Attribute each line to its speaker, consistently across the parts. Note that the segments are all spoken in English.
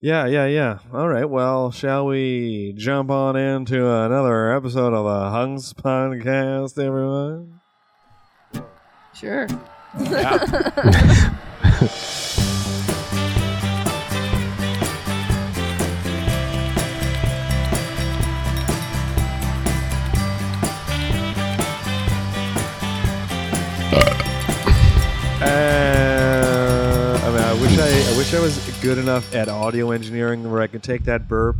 Speaker 1: Yeah, yeah, yeah. All right. Well, shall we jump on into another episode of the Hunks Podcast, everyone?
Speaker 2: Sure.
Speaker 1: Uh, I mean, I wish I, I wish I was good enough at audio engineering where I could take that burp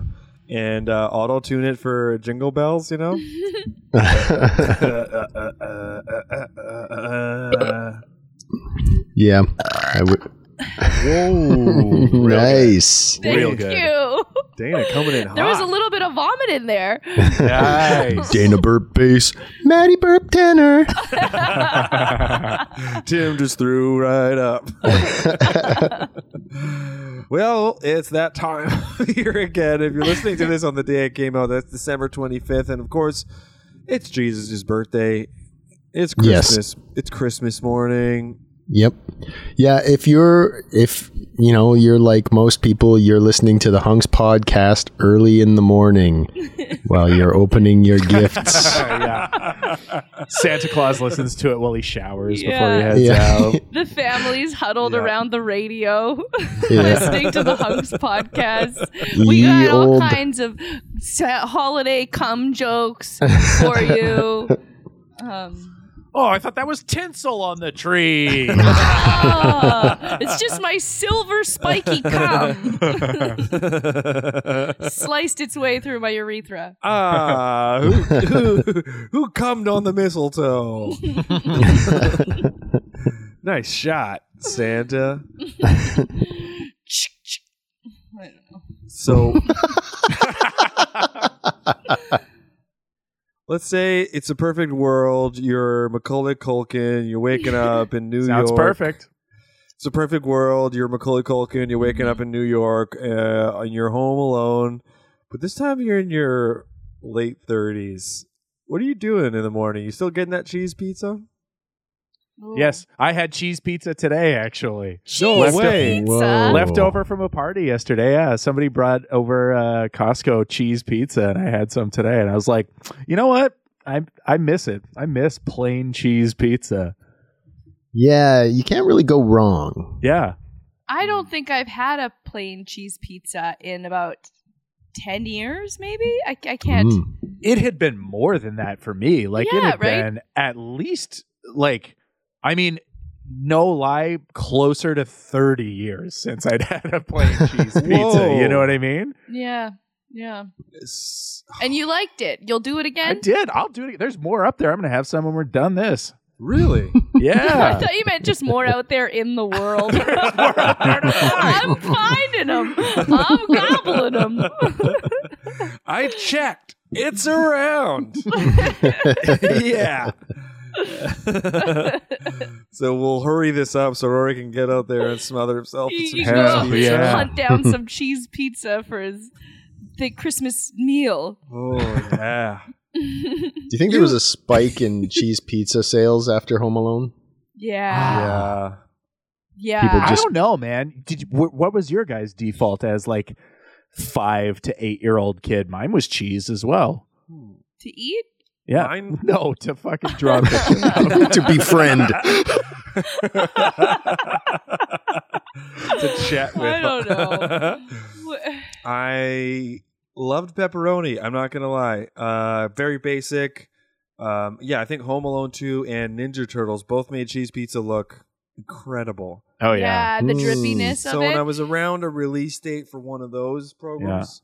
Speaker 1: and uh, auto tune it for jingle bells. You know.
Speaker 3: Yeah. I would-
Speaker 1: Whoa!
Speaker 3: nice.
Speaker 2: Thank
Speaker 4: Real good.
Speaker 2: you.
Speaker 1: Dana coming in hot.
Speaker 2: There was a little bit of vomit in there.
Speaker 4: Nice.
Speaker 3: Dana burp bass. Maddie burp tenor.
Speaker 1: Tim just threw right up. well, it's that time of year again. If you're listening to this on the day it came out, that's December 25th. And of course, it's Jesus' birthday. It's
Speaker 3: Yes.
Speaker 1: Christmas. It's Christmas morning.
Speaker 3: Yep. Yeah, if you're if you know, you're like most people, you're listening to the Hunks podcast early in the morning while you're opening your gifts.
Speaker 4: yeah. Santa Claus listens to it while he showers before he
Speaker 2: Yeah.
Speaker 4: heads
Speaker 3: Yeah.
Speaker 4: out.
Speaker 2: The families huddled
Speaker 1: Yeah.
Speaker 2: around the radio,
Speaker 3: Yeah.
Speaker 2: listening to the Hunks podcast. We got
Speaker 3: Ye
Speaker 2: all
Speaker 3: olde-
Speaker 2: kinds of sa- holiday cum jokes for you. Um,
Speaker 4: Oh, I thought that was tinsel on the tree.
Speaker 2: ah, it's just my silver spiky cum sliced its way through my urethra.
Speaker 1: Ah, who, who, who cummed on the mistletoe? nice shot, Santa.
Speaker 2: I don't know.
Speaker 1: So let's say it's a perfect world. You're Macaulay Culkin. You're waking up in New York.
Speaker 4: Sounds perfect.
Speaker 1: It's a perfect world. You're Macaulay Culkin. You're waking
Speaker 4: Mm-hmm.
Speaker 1: up in New York, uh, and you're home alone. But this time you're in your late thirties. What are you doing in the morning? You still getting that cheese pizza?
Speaker 4: Yes, I had cheese pizza today, actually.
Speaker 1: No
Speaker 4: Left
Speaker 1: way.
Speaker 2: Pizza.
Speaker 3: Whoa.
Speaker 4: Leftover from a party yesterday. Yeah, somebody brought over uh, Costco cheese pizza, and I had some today, and I was like, you know what? I I miss it. I miss plain cheese pizza.
Speaker 3: Yeah, you can't really go wrong.
Speaker 4: Yeah,
Speaker 2: I don't think I've had a plain cheese pizza in about 10 years, maybe? I, I can't.
Speaker 3: Mm.
Speaker 4: it had been more than that for me. Like it
Speaker 2: Yeah,
Speaker 4: had
Speaker 2: right?
Speaker 4: been at least like I mean, no lie, closer to thirty years since I'd had a plain cheese pizza.
Speaker 1: Whoa.
Speaker 4: You know what I mean?
Speaker 2: Yeah. Yeah.
Speaker 1: It's-
Speaker 2: And you liked it. You'll do it
Speaker 4: I
Speaker 2: again?
Speaker 4: did. I'll do it. There's more up there. I'm gonna have some when we're done this.
Speaker 1: Really?
Speaker 2: I
Speaker 4: Yeah.
Speaker 2: thought you meant just more out there in the world.
Speaker 4: More up there to find.
Speaker 2: I'm finding them. I'm gobbling them.
Speaker 1: I checked. It's around. yeah. so we'll hurry this up so Rory can get out there and smother himself in
Speaker 2: He
Speaker 1: some cheese
Speaker 2: can go
Speaker 4: Hell, yeah.
Speaker 1: pizza.
Speaker 2: hunt down some cheese pizza for his big Christmas meal.
Speaker 1: Oh yeah.
Speaker 3: Do you think there was a spike in cheese pizza sales after Home Alone?
Speaker 4: Ah.
Speaker 2: Yeah.
Speaker 1: yeah.
Speaker 2: Yeah.
Speaker 3: People
Speaker 4: I
Speaker 3: just-
Speaker 4: don't know, man. Did you, wh- what was your guys' default as like five to eight year old kid? Mine was cheese as well.
Speaker 2: to eat?
Speaker 4: Yeah.
Speaker 1: Mine-
Speaker 4: no, to fucking drop it.
Speaker 3: to befriend.
Speaker 1: to chat with.
Speaker 2: I don't know. Wh-
Speaker 1: I loved pepperoni. I'm not gonna lie. Uh, very basic. Um, yeah, I think Home Alone 2 and Ninja Turtles both made cheese pizza look incredible.
Speaker 4: Oh
Speaker 2: yeah. the
Speaker 3: Mm.
Speaker 2: drippiness
Speaker 1: So
Speaker 2: of
Speaker 1: when
Speaker 2: it.
Speaker 1: I was around a release date for one of those programs,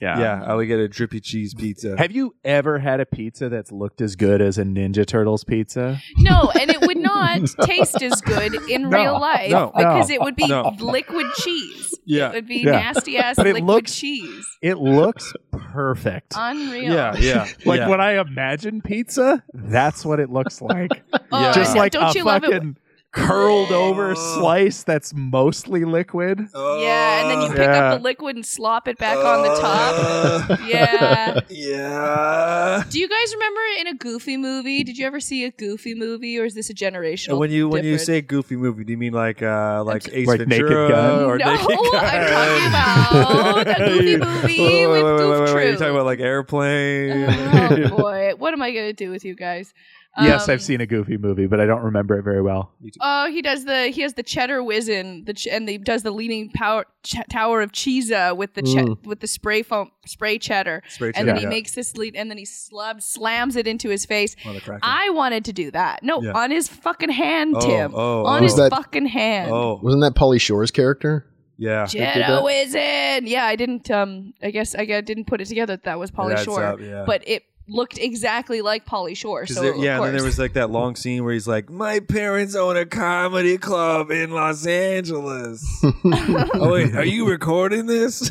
Speaker 4: Yeah.
Speaker 1: yeah, I would get a drippy cheese pizza.
Speaker 4: Have you ever had a pizza that's looked as good as a Ninja Turtles pizza?
Speaker 2: No, and it would not taste as good in
Speaker 4: No,
Speaker 2: real life
Speaker 4: no,
Speaker 2: because
Speaker 4: no,
Speaker 2: it would be
Speaker 1: no.
Speaker 2: liquid cheese.
Speaker 1: Yeah,
Speaker 2: It would be
Speaker 4: yeah.
Speaker 2: nasty ass
Speaker 4: But it
Speaker 2: liquid
Speaker 4: looks-
Speaker 2: cheese.
Speaker 4: It looks perfect.
Speaker 2: Um, Unreal.
Speaker 1: yeah, yeah.
Speaker 4: Like
Speaker 1: yeah.
Speaker 4: when I imagine pizza, that's what it looks like.
Speaker 2: Oh,
Speaker 1: Yeah.
Speaker 4: Just
Speaker 2: no,
Speaker 4: like
Speaker 2: don't
Speaker 4: a
Speaker 2: you love it?
Speaker 4: fucking curled over slice that's mostly liquid.
Speaker 2: Yeah, and then you pick
Speaker 4: Yeah.
Speaker 1: Uh.
Speaker 2: up the liquid and slop it back on the top. Yeah.
Speaker 1: yeah.
Speaker 2: Do you guys remember in a Goofy movie? Did you ever see a Goofy movie, or is this a generational?
Speaker 1: And when you when you
Speaker 2: difference?
Speaker 1: say goofy movie, do you mean like uh like Ace
Speaker 4: Like Naked
Speaker 1: Ventura
Speaker 4: Gun?
Speaker 1: or
Speaker 2: no,
Speaker 1: Naked Gun?
Speaker 2: I'm talking about the Goofy Oh,
Speaker 1: Wait,
Speaker 2: movie with
Speaker 1: wait, wait, wait,
Speaker 2: Goof
Speaker 1: wait,
Speaker 2: Troop.
Speaker 1: wait. You're talking about like airplane.
Speaker 2: oh boy, what am I gonna do with you guys?
Speaker 4: yes,
Speaker 2: Um,
Speaker 4: I've seen a goofy movie, but I don't remember it very well.
Speaker 2: Oh, he does the he has the cheddar whizzin, the ch- and he does the leaning power ch- tower of cheesa with the che- with the spray foam spray cheddar,
Speaker 1: Spray
Speaker 2: and then
Speaker 1: cheddar,
Speaker 2: he
Speaker 1: yeah.
Speaker 2: makes this lead, and then he slubs slams it into his face.
Speaker 1: Mothercracker.
Speaker 2: I wanted to do that. No,
Speaker 1: Yeah.
Speaker 2: on his fucking hand,
Speaker 1: Oh,
Speaker 2: Tim.
Speaker 1: oh,
Speaker 2: on
Speaker 1: oh.
Speaker 2: his
Speaker 3: Who's that-
Speaker 2: fucking hand.
Speaker 1: Oh
Speaker 3: Wasn't that Polly Shore's character?
Speaker 1: yeah.
Speaker 2: Cheddar whizzin. Yeah, I didn't. Um, I guess I gu- didn't put it together. That that was Polly
Speaker 1: adds
Speaker 2: Shore,
Speaker 1: up, uh, yeah.
Speaker 2: but it looked exactly like Polly Shore.
Speaker 1: 'Cause
Speaker 2: So
Speaker 1: there-
Speaker 2: of
Speaker 1: yeah, and then there
Speaker 2: course.
Speaker 1: was like that long scene where he's like, "My parents own a comedy club in Los Angeles." oh wait, are you recording this?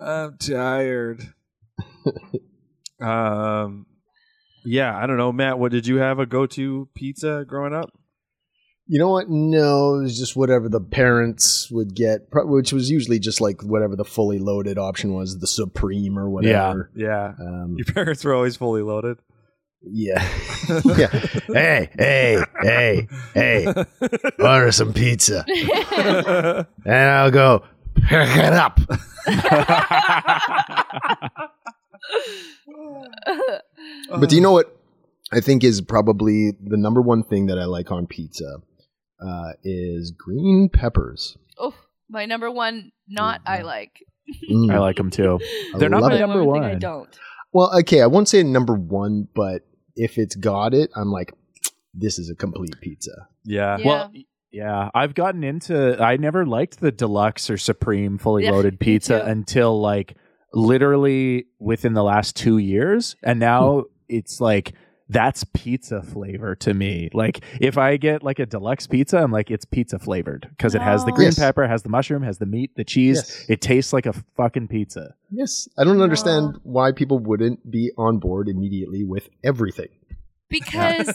Speaker 1: I'm tired. Um, yeah, I don't know, Matt. What did you have a go-to pizza growing up?
Speaker 3: You know what? No, it was just whatever the parents would get, pro- which was usually just like whatever the fully loaded option was, the Supreme or whatever.
Speaker 1: Yeah,
Speaker 3: Yeah. Um,
Speaker 1: your parents were always fully loaded.
Speaker 3: yeah. yeah. Hey, hey, hey, hey, order some pizza. and I'll go, pick it up. But do you know what I think is probably the number one thing that I like on pizza uh, is green peppers.
Speaker 2: oh, my number one not I like.
Speaker 3: Mm.
Speaker 4: I like them too.
Speaker 3: I
Speaker 4: They're not
Speaker 3: love
Speaker 4: my
Speaker 3: it.
Speaker 4: number
Speaker 2: one. thing I
Speaker 4: one.
Speaker 2: don't.
Speaker 3: Well, okay, I won't say number one, but if it's got it, I'm like, this is a complete pizza.
Speaker 1: Yeah,
Speaker 2: Yeah.
Speaker 4: Well, yeah, I've gotten into. I never liked the deluxe or supreme fully
Speaker 2: Yeah, me
Speaker 4: loaded pizza
Speaker 2: too.
Speaker 4: until like literally within the last two years, and now it's like that's pizza flavor to me. Like if I get like a deluxe pizza, I'm like it's pizza flavored because it has the
Speaker 2: No.
Speaker 4: green
Speaker 3: Yes.
Speaker 4: pepper, has the mushroom, has the meat, the cheese.
Speaker 3: Yes.
Speaker 4: It tastes like a fucking pizza.
Speaker 3: Yes, I don't understand why people wouldn't be on board immediately with everything.
Speaker 2: Because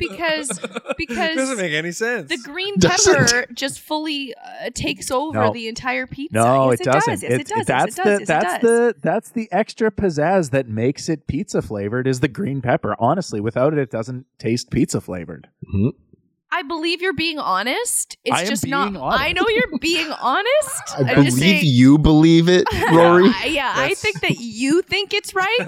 Speaker 2: because
Speaker 1: it doesn't
Speaker 2: because
Speaker 1: make any sense.
Speaker 2: the green
Speaker 3: Doesn't.
Speaker 2: pepper just fully uh, takes over
Speaker 4: No.
Speaker 2: the entire pizza.
Speaker 4: No,
Speaker 2: yes,
Speaker 4: it doesn't.
Speaker 2: Yes, it,
Speaker 4: It's-
Speaker 2: does.
Speaker 4: That's
Speaker 2: yes, it does.
Speaker 4: the
Speaker 2: yes,
Speaker 4: that's
Speaker 2: it does.
Speaker 4: the that's the extra pizzazz that makes it pizza flavored is the green pepper. Honestly, without it, it doesn't taste pizza flavored.
Speaker 2: I believe you're being honest. It's
Speaker 4: I am
Speaker 2: just not.
Speaker 4: being honest.
Speaker 2: I know you're being honest.
Speaker 3: I
Speaker 2: I'm
Speaker 3: believe
Speaker 2: just saying,
Speaker 3: you believe it, Rory.
Speaker 2: I- yeah, I think that you think it's right.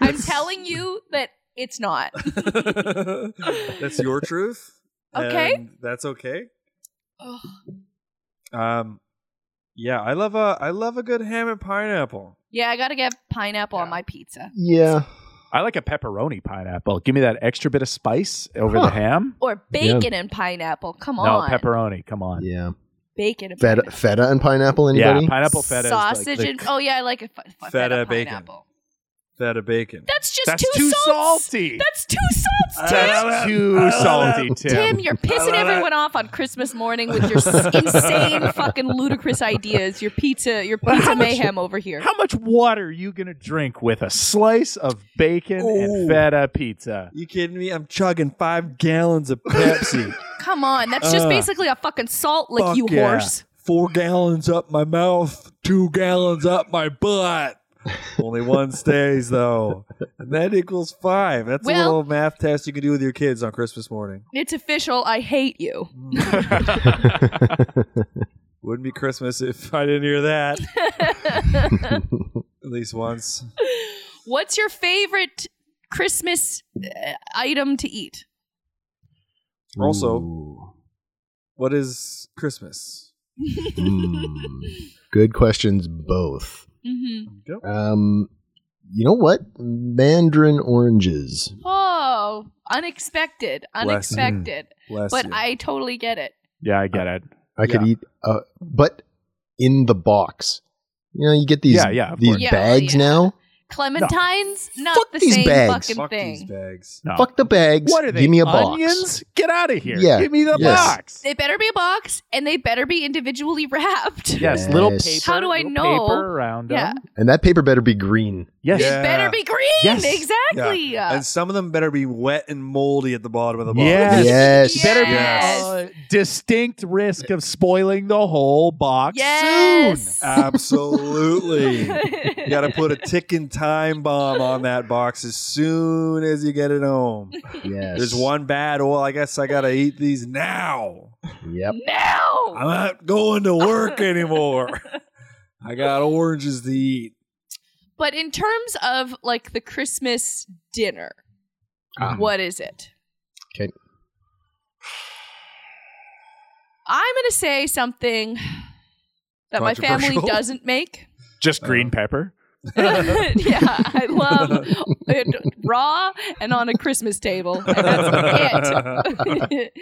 Speaker 2: I'm telling you that it's not.
Speaker 1: that's your truth.
Speaker 2: Okay.
Speaker 1: and that's okay.
Speaker 2: Ugh.
Speaker 1: Um, yeah, I love a I love a good ham and pineapple.
Speaker 2: Yeah, I gotta get pineapple on my pizza
Speaker 3: yeah.
Speaker 4: I like a pepperoni pineapple. Give me that extra bit of spice over
Speaker 3: Huh.
Speaker 4: the ham.
Speaker 2: or bacon and pineapple. Come on,
Speaker 4: No, pepperoni. Come on.
Speaker 3: Yeah.
Speaker 2: bacon and
Speaker 3: Feta,
Speaker 2: pineapple.
Speaker 3: feta and pineapple,
Speaker 4: Yeah,
Speaker 3: anybody?
Speaker 4: pineapple feta. is like
Speaker 2: sausage
Speaker 4: the-
Speaker 2: and oh yeah, I like a f- f-
Speaker 1: Feta
Speaker 2: feta
Speaker 1: bacon.
Speaker 2: pineapple.
Speaker 1: Feta bacon.
Speaker 2: That's just
Speaker 4: that's
Speaker 2: two
Speaker 4: too
Speaker 2: salts.
Speaker 4: salty.
Speaker 2: That's two
Speaker 1: Uh,
Speaker 2: salts, Tim.
Speaker 4: That's too salty, Tim.
Speaker 2: Tim, you're pissing everyone off on Christmas morning with your s- insane, fucking ludicrous ideas. Your pizza, your pizza mayhem over here.
Speaker 4: How much water are you gonna drink with a slice of bacon
Speaker 1: Ooh.
Speaker 4: and feta pizza?
Speaker 1: You kidding me? I'm chugging five gallons of Pepsi.
Speaker 2: Come on, that's just basically a fucking salt lick,
Speaker 1: Fuck
Speaker 2: you
Speaker 1: yeah.
Speaker 2: horse.
Speaker 1: Four gallons up my mouth, two gallons up my butt. Only one stays though, and that equals five. That's a
Speaker 2: Well-
Speaker 1: little math test you can do with your kids on Christmas morning.
Speaker 2: It's official. I hate you.
Speaker 1: Wouldn't be Christmas if I didn't hear that at least once.
Speaker 2: What's your favorite Christmas uh, item to eat?
Speaker 1: Also, what is Christmas?
Speaker 3: Mm. Good questions, both.
Speaker 2: Mm-hmm.
Speaker 3: Um, you know what? Mandarin oranges.
Speaker 2: Oh, unexpected,
Speaker 1: Bless you.
Speaker 2: unexpected.
Speaker 1: Bless
Speaker 2: But
Speaker 1: you.
Speaker 2: I totally get it.
Speaker 4: Yeah, I get it.
Speaker 3: I could
Speaker 1: Yeah.
Speaker 3: eat, uh, but in the box. You know, you get these
Speaker 4: Yeah, yeah, of
Speaker 3: these
Speaker 4: course.
Speaker 2: Yeah,
Speaker 3: bags
Speaker 2: yeah.
Speaker 3: now.
Speaker 2: Clementines, not
Speaker 3: Fuck
Speaker 2: the
Speaker 3: these
Speaker 2: same
Speaker 3: bags.
Speaker 2: fucking
Speaker 1: Fuck these
Speaker 2: thing.
Speaker 1: bags.
Speaker 4: No.
Speaker 3: Fuck the bags.
Speaker 4: What are they?
Speaker 3: Give me a box.
Speaker 4: onions? Get out of here.
Speaker 3: Yeah.
Speaker 4: Give me the
Speaker 3: Yes.
Speaker 4: box.
Speaker 2: They better be a box, and they better be individually wrapped.
Speaker 4: Yes, little
Speaker 3: Yes.
Speaker 4: paper.
Speaker 2: How do I
Speaker 4: little
Speaker 2: know?
Speaker 4: Paper around
Speaker 2: Yeah.
Speaker 4: 'em.
Speaker 3: And that paper better be green.
Speaker 4: Yes.
Speaker 1: Yeah.
Speaker 2: Better be green.
Speaker 4: Yes.
Speaker 2: Exactly.
Speaker 1: Yeah. And some of them better be wet and moldy at the bottom of the box.
Speaker 4: Yes.
Speaker 3: Yes.
Speaker 4: Better be
Speaker 2: Yes.
Speaker 4: uh, distinct risk of spoiling the whole box
Speaker 2: Yes.
Speaker 4: soon.
Speaker 1: Absolutely. you got to put a ticking time bomb on that box as soon as you get it home.
Speaker 3: Yes.
Speaker 1: There's one bad oil. I guess I got to eat these now.
Speaker 3: Yep.
Speaker 2: No.
Speaker 1: I'm not going to work anymore. I got oranges to eat.
Speaker 2: But in terms of like the Christmas dinner,
Speaker 3: Ah.
Speaker 2: what is it?
Speaker 3: 'Kay.
Speaker 2: I'm going to say something that my family
Speaker 1: Controversial.
Speaker 2: doesn't make.
Speaker 3: Uh-huh.
Speaker 4: Just green pepper.
Speaker 2: yeah, I love it raw and on a Christmas table. And that's it.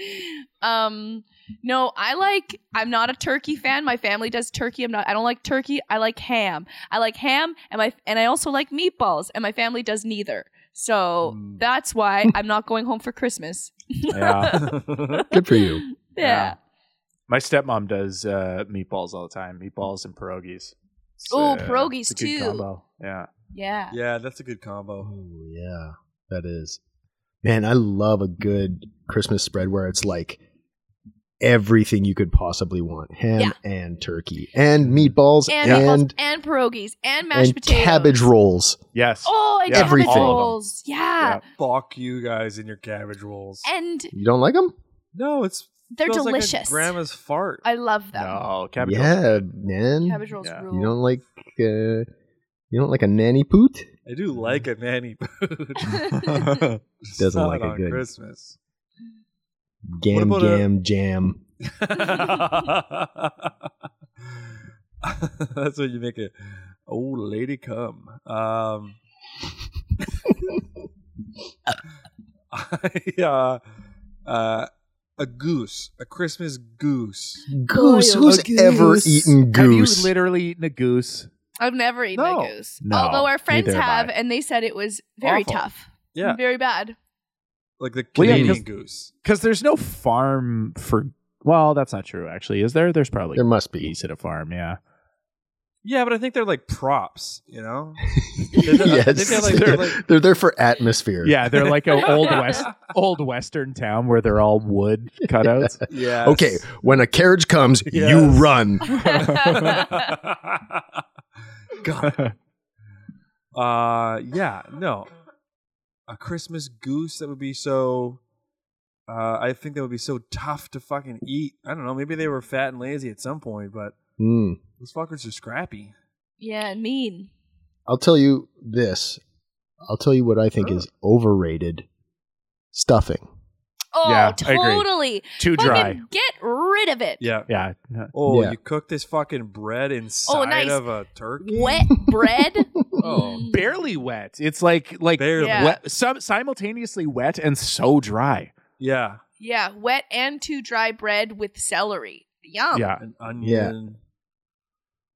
Speaker 2: um, no, I like. I'm not a turkey fan. My family does turkey. I'm not. I don't like turkey. I like ham. I like ham, and my and I also like meatballs. And my family does neither. So that's why I'm not going home for Christmas.
Speaker 4: Yeah.
Speaker 3: Good for you.
Speaker 2: Yeah.
Speaker 4: My stepmom does uh, meatballs all the time. Meatballs and pierogies. It's,
Speaker 2: Ooh,
Speaker 4: uh,
Speaker 2: pierogies
Speaker 4: it's a good
Speaker 2: too.
Speaker 4: combo. Yeah.
Speaker 2: Yeah.
Speaker 1: Yeah, that's a good combo.
Speaker 3: Oh yeah, that is. Man, I love a good Christmas spread where it's like everything you could possibly want: ham
Speaker 2: Yeah.
Speaker 3: and turkey and meatballs
Speaker 2: And,
Speaker 3: and
Speaker 2: meatballs
Speaker 3: and,
Speaker 2: and pierogies and mashed potatoes.
Speaker 3: cabbage rolls.
Speaker 4: Yes.
Speaker 2: Oh, and
Speaker 4: Yeah,
Speaker 2: cabbage
Speaker 3: everything.
Speaker 2: rolls. Yeah.
Speaker 1: Fuck you guys and your cabbage rolls.
Speaker 2: And
Speaker 3: You don't like them?
Speaker 1: No, it's
Speaker 2: They're
Speaker 1: smells like a
Speaker 2: delicious.
Speaker 1: grandma's fart.
Speaker 2: I love them.
Speaker 4: No, cabbage. rolls.
Speaker 3: yeah, man.
Speaker 2: Cabbage rolls
Speaker 4: Yeah.
Speaker 2: rule.
Speaker 3: You don't like uh, you don't like a nanny poot?
Speaker 1: I do like a nanny food. Doesn't
Speaker 3: Mm. Doesn't like it
Speaker 1: on
Speaker 3: good.
Speaker 1: Christmas.
Speaker 3: Gam
Speaker 1: What about a-
Speaker 3: gam jam.
Speaker 1: That's what you make a old lady come. Um, I, uh, uh, a goose, a Christmas goose.
Speaker 3: Goose. Who's ever eaten
Speaker 4: Have you
Speaker 3: goose?
Speaker 4: literally eaten a goose?
Speaker 2: I've never eaten
Speaker 1: No.
Speaker 2: a goose.
Speaker 4: No,
Speaker 2: Although our friends
Speaker 4: neither have
Speaker 2: have,
Speaker 4: I.
Speaker 2: and they said it was very
Speaker 1: Awful.
Speaker 2: tough.
Speaker 1: Yeah,
Speaker 2: Very bad.
Speaker 1: like the
Speaker 4: Well, yeah,
Speaker 1: Canadian
Speaker 4: because-
Speaker 1: goose.
Speaker 4: Because there's no farm for. Well, that's not true. Actually, is there? There's probably
Speaker 3: there must be.
Speaker 4: geese at a farm. Yeah.
Speaker 1: Yeah, but I think they're like props, you know.
Speaker 3: yes,
Speaker 1: I think they're like- they're
Speaker 3: they're,
Speaker 1: like-
Speaker 3: they're there for atmosphere.
Speaker 4: Yeah, they're like an old west, old western town where they're all wood cutouts.
Speaker 1: Yeah.
Speaker 3: Okay, when a carriage comes, you
Speaker 1: Yes.
Speaker 3: run.
Speaker 1: Got it. Uh, yeah, no. A Christmas goose that would be so. Uh, I think that would be so tough to fucking eat. I don't know. Maybe they were fat and lazy at some point, but
Speaker 3: Hmm.
Speaker 1: those fuckers are scrappy.
Speaker 2: Yeah, and mean.
Speaker 3: I'll tell you this. I'll tell you what I think is overrated stuffing.
Speaker 2: Oh,
Speaker 4: Yeah, I agree.
Speaker 2: totally.
Speaker 4: Too dry.
Speaker 2: Fucking get rid of it.
Speaker 1: Yeah.
Speaker 4: Yeah.
Speaker 1: Oh,
Speaker 3: Yeah.
Speaker 1: you cook this fucking bread inside
Speaker 2: nice.
Speaker 1: of a turkey.
Speaker 2: Wet bread. Mm.
Speaker 1: Oh,
Speaker 4: Barely wet. It's like like
Speaker 1: barely.
Speaker 2: Yeah.
Speaker 4: wet, some simultaneously wet and so dry.
Speaker 1: Yeah.
Speaker 2: yeah, wet and too dry bread with celery. Yum.
Speaker 4: yeah.
Speaker 1: An onion.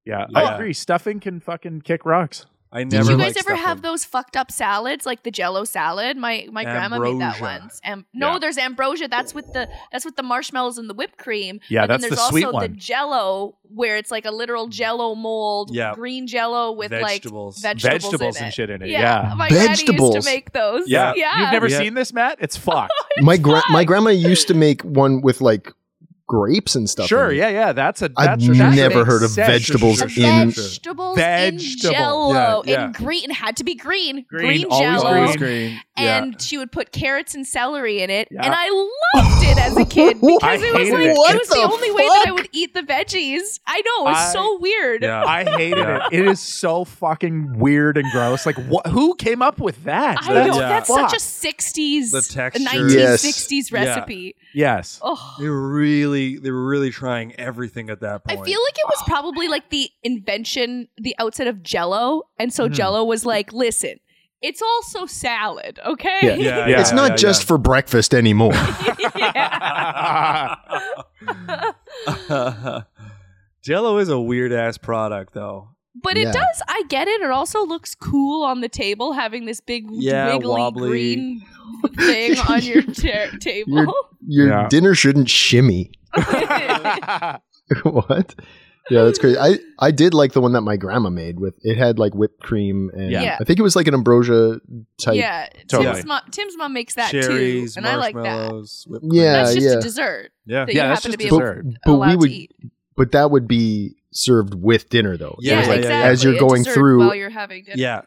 Speaker 4: Yeah.
Speaker 1: Yeah.
Speaker 4: I agree. Stuffing can fucking kick rocks.
Speaker 1: I
Speaker 3: you
Speaker 1: never.
Speaker 2: Did you guys
Speaker 1: liked
Speaker 2: ever have
Speaker 1: stuffing.
Speaker 2: those fucked up salads, like the Jello salad? My my grandma made that
Speaker 1: Ambrosia.
Speaker 2: once. Am- no,
Speaker 4: Yeah.
Speaker 2: there's ambrosia. That's with the that's with the marshmallows and the whipped cream.
Speaker 4: Yeah,
Speaker 2: but
Speaker 4: that's
Speaker 2: then
Speaker 4: the
Speaker 2: there's
Speaker 4: sweet
Speaker 2: also the
Speaker 4: one. Mm.
Speaker 2: Jello, where it's like a literal Jello mold,
Speaker 1: Yeah.
Speaker 2: green Jello with
Speaker 1: Vegetables.
Speaker 2: like vegetables,
Speaker 4: Vegetables
Speaker 2: in
Speaker 4: and
Speaker 2: it.
Speaker 4: shit in it, yeah.
Speaker 2: my daddy used to
Speaker 3: Vegetables.
Speaker 2: make those.
Speaker 1: Yeah.
Speaker 2: yeah.
Speaker 4: You've never
Speaker 1: Yeah.
Speaker 4: seen this, Matt? It's fucked.
Speaker 3: My gra- my grandma used to make one with like grapes and stuff.
Speaker 4: sure.
Speaker 3: in it.
Speaker 4: Yeah. Yeah. That's a.
Speaker 3: I've
Speaker 4: that's a- that
Speaker 3: never
Speaker 4: makes
Speaker 3: heard of
Speaker 4: sense.
Speaker 3: vegetables
Speaker 1: Sure, sure,
Speaker 3: in.
Speaker 1: sure.
Speaker 2: Vegetables in
Speaker 4: Vegetable.
Speaker 2: Jello
Speaker 1: Yeah, yeah.
Speaker 2: in green. It had to be green.
Speaker 4: Green,
Speaker 2: Green,
Speaker 4: always
Speaker 2: Jello.
Speaker 4: green.
Speaker 1: Green. Yeah.
Speaker 2: and she would put carrots and celery in it,
Speaker 4: Yeah.
Speaker 2: and I loved it as a kid because
Speaker 4: I
Speaker 2: it was
Speaker 4: hated
Speaker 2: like
Speaker 4: it.
Speaker 2: it,
Speaker 4: What
Speaker 2: was the,
Speaker 3: the
Speaker 2: only way that I
Speaker 3: fuck?
Speaker 2: would eat the veggies. I know it was
Speaker 4: I-
Speaker 2: so weird.
Speaker 1: Yeah.
Speaker 4: I hated it. It is so fucking weird and gross. Like, what? Who came up with that?
Speaker 2: I know
Speaker 1: That's- yeah.
Speaker 2: that's such a
Speaker 4: fucked.
Speaker 2: '60s,
Speaker 1: The texture.
Speaker 3: Yes.
Speaker 2: 1960s recipe.
Speaker 4: yes.
Speaker 2: Oh,
Speaker 1: They were really, they were really trying everything at that
Speaker 2: I
Speaker 1: point.
Speaker 2: feel like it was probably like the invention, the outset of Jello, and so
Speaker 4: Mm.
Speaker 2: Jello was like, "Listen, it's also salad, okay?"
Speaker 3: Yeah.
Speaker 1: Yeah,
Speaker 4: Yeah,
Speaker 3: it's not
Speaker 1: yeah,
Speaker 3: just
Speaker 1: yeah.
Speaker 3: for breakfast anymore.
Speaker 1: Jello is a weird ass product, though.
Speaker 2: But
Speaker 3: Yeah.
Speaker 2: it does. I get it. It also looks cool on the table, having this big
Speaker 1: Yeah,
Speaker 2: wiggly
Speaker 1: wobbly.
Speaker 2: green thing on your ta- table.
Speaker 3: Your
Speaker 4: Yeah.
Speaker 3: dinner shouldn't shimmy. what? Yeah, that's crazy. I, I did like the one that my grandma made with it had like whipped cream and
Speaker 4: Yeah.
Speaker 2: Yeah.
Speaker 3: I think it was like an ambrosia type.
Speaker 2: yeah,
Speaker 4: Totally.
Speaker 2: Tim's mom. Tim's mom makes that
Speaker 1: Cherries,
Speaker 2: too, and I like that.
Speaker 1: marshmallows, whipped cream.
Speaker 3: Yeah,
Speaker 2: That's just
Speaker 3: yeah.
Speaker 2: a dessert
Speaker 1: yeah.
Speaker 2: that
Speaker 4: Yeah,
Speaker 2: you
Speaker 4: that's
Speaker 2: happen to
Speaker 4: just
Speaker 2: be
Speaker 4: dessert.
Speaker 2: able,
Speaker 3: But, but
Speaker 2: allowed
Speaker 3: we would
Speaker 2: to eat.
Speaker 3: but that would be served with dinner though.
Speaker 1: Yeah,
Speaker 2: Yeah,
Speaker 1: yeah, yeah,
Speaker 2: exactly.
Speaker 1: yeah.
Speaker 3: As you're
Speaker 2: A
Speaker 3: going
Speaker 2: dessert
Speaker 3: through-
Speaker 2: while you're having dinner.
Speaker 1: Yeah.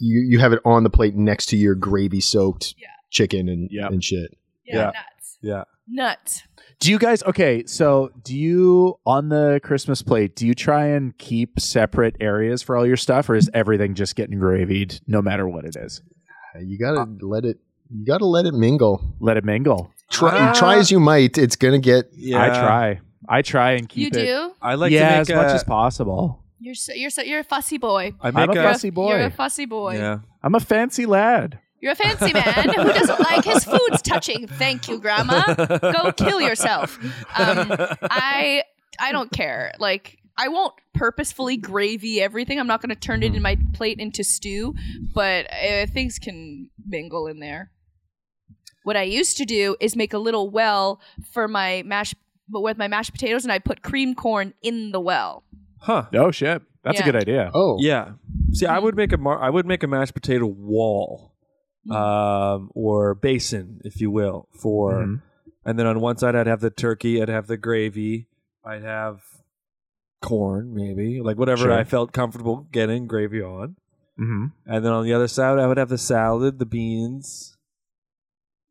Speaker 3: You you have it on the plate next to your gravy soaked
Speaker 2: Yeah.
Speaker 3: chicken and,
Speaker 4: Yep.
Speaker 3: and shit.
Speaker 2: yeah,
Speaker 1: Yeah.
Speaker 2: nuts,
Speaker 1: Yeah.
Speaker 2: nuts.
Speaker 4: Do you guys okay? So, do you on the Christmas plate? Do you try and keep separate areas for all your stuff, or is everything just getting gravied no matter what it is?
Speaker 3: Uh, You gotta let it you gotta let it mingle.
Speaker 4: Let it mingle.
Speaker 3: Try
Speaker 5: uh,
Speaker 1: Ah.
Speaker 3: try as you might, it's gonna get
Speaker 1: Yeah.
Speaker 4: I try. I try and keep
Speaker 2: you
Speaker 4: it.
Speaker 2: do.
Speaker 1: I like
Speaker 4: yeah,
Speaker 1: to make
Speaker 4: as much
Speaker 1: a-
Speaker 4: as possible.
Speaker 2: You're so, you're so, you're a fussy boy.
Speaker 1: I
Speaker 4: I'm
Speaker 1: make
Speaker 4: a
Speaker 1: a,
Speaker 4: fussy boy.
Speaker 2: You're a fussy boy.
Speaker 1: Yeah.
Speaker 4: I'm a fancy lad.
Speaker 2: You're a fancy man who doesn't like his food's touching. Thank you, Grandma. Go kill yourself. Um, I I don't care. Like I won't purposefully gravy everything. I'm not going to turn
Speaker 4: Hmm.
Speaker 2: it in my plate into stew, but uh, things can mingle in there. What I used to do is make a little well for my mashed, but with my mashed potatoes, and I put cream corn in the well.
Speaker 1: Huh.
Speaker 4: Oh shit, that's
Speaker 2: Yeah.
Speaker 4: a good idea.
Speaker 3: oh
Speaker 1: Yeah. See, I would make a mar- I would make a mashed potato wall,
Speaker 4: Mm.
Speaker 1: um, or basin, if you will, for.
Speaker 4: Mhm.
Speaker 1: And then on one side, I'd have the turkey. I'd have the gravy. I'd have corn, maybe like whatever
Speaker 4: Sure.
Speaker 1: I felt comfortable getting gravy on.
Speaker 4: Mhm.
Speaker 1: And then on the other side, I would have the salad, the beans,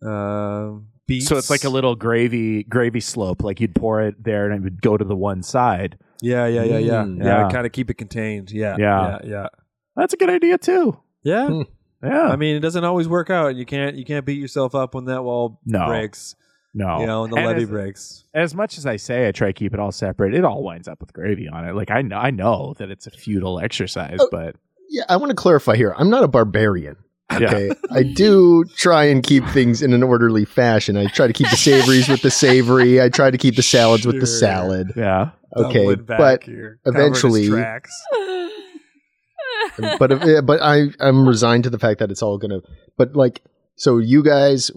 Speaker 1: um, beets.
Speaker 4: So it's like a little gravy gravy slope. Like you'd pour it there, and it would go to the one side.
Speaker 1: Yeah, yeah, yeah, yeah,
Speaker 3: Mm.
Speaker 1: yeah.
Speaker 4: Yeah.
Speaker 1: Kind of keep it contained. Yeah,
Speaker 4: Yeah.
Speaker 1: yeah, yeah.
Speaker 4: That's a good idea too.
Speaker 1: Yeah.
Speaker 3: Hmm.
Speaker 4: Yeah.
Speaker 1: I mean, it doesn't always work out. You can't you can't beat yourself up when that wall
Speaker 4: No.
Speaker 1: breaks.
Speaker 4: no.
Speaker 1: You know, when the
Speaker 4: And
Speaker 1: levee
Speaker 4: as-
Speaker 1: breaks.
Speaker 4: as much as I say I try to keep it all separate, it all winds up with gravy on it. Like I know, I know that it's a futile exercise,
Speaker 3: Oh.
Speaker 4: but
Speaker 3: Yeah, I want to clarify here. I'm not a barbarian.
Speaker 4: Yeah.
Speaker 3: Okay. I do try and keep things in an orderly fashion. I try to keep the savories with the savory. I try to keep the salads with the
Speaker 1: Sure.
Speaker 3: salad.
Speaker 4: yeah,
Speaker 3: Okay. But eventually- but if- but I I'm resigned to the fact that it's all going to but like so you guys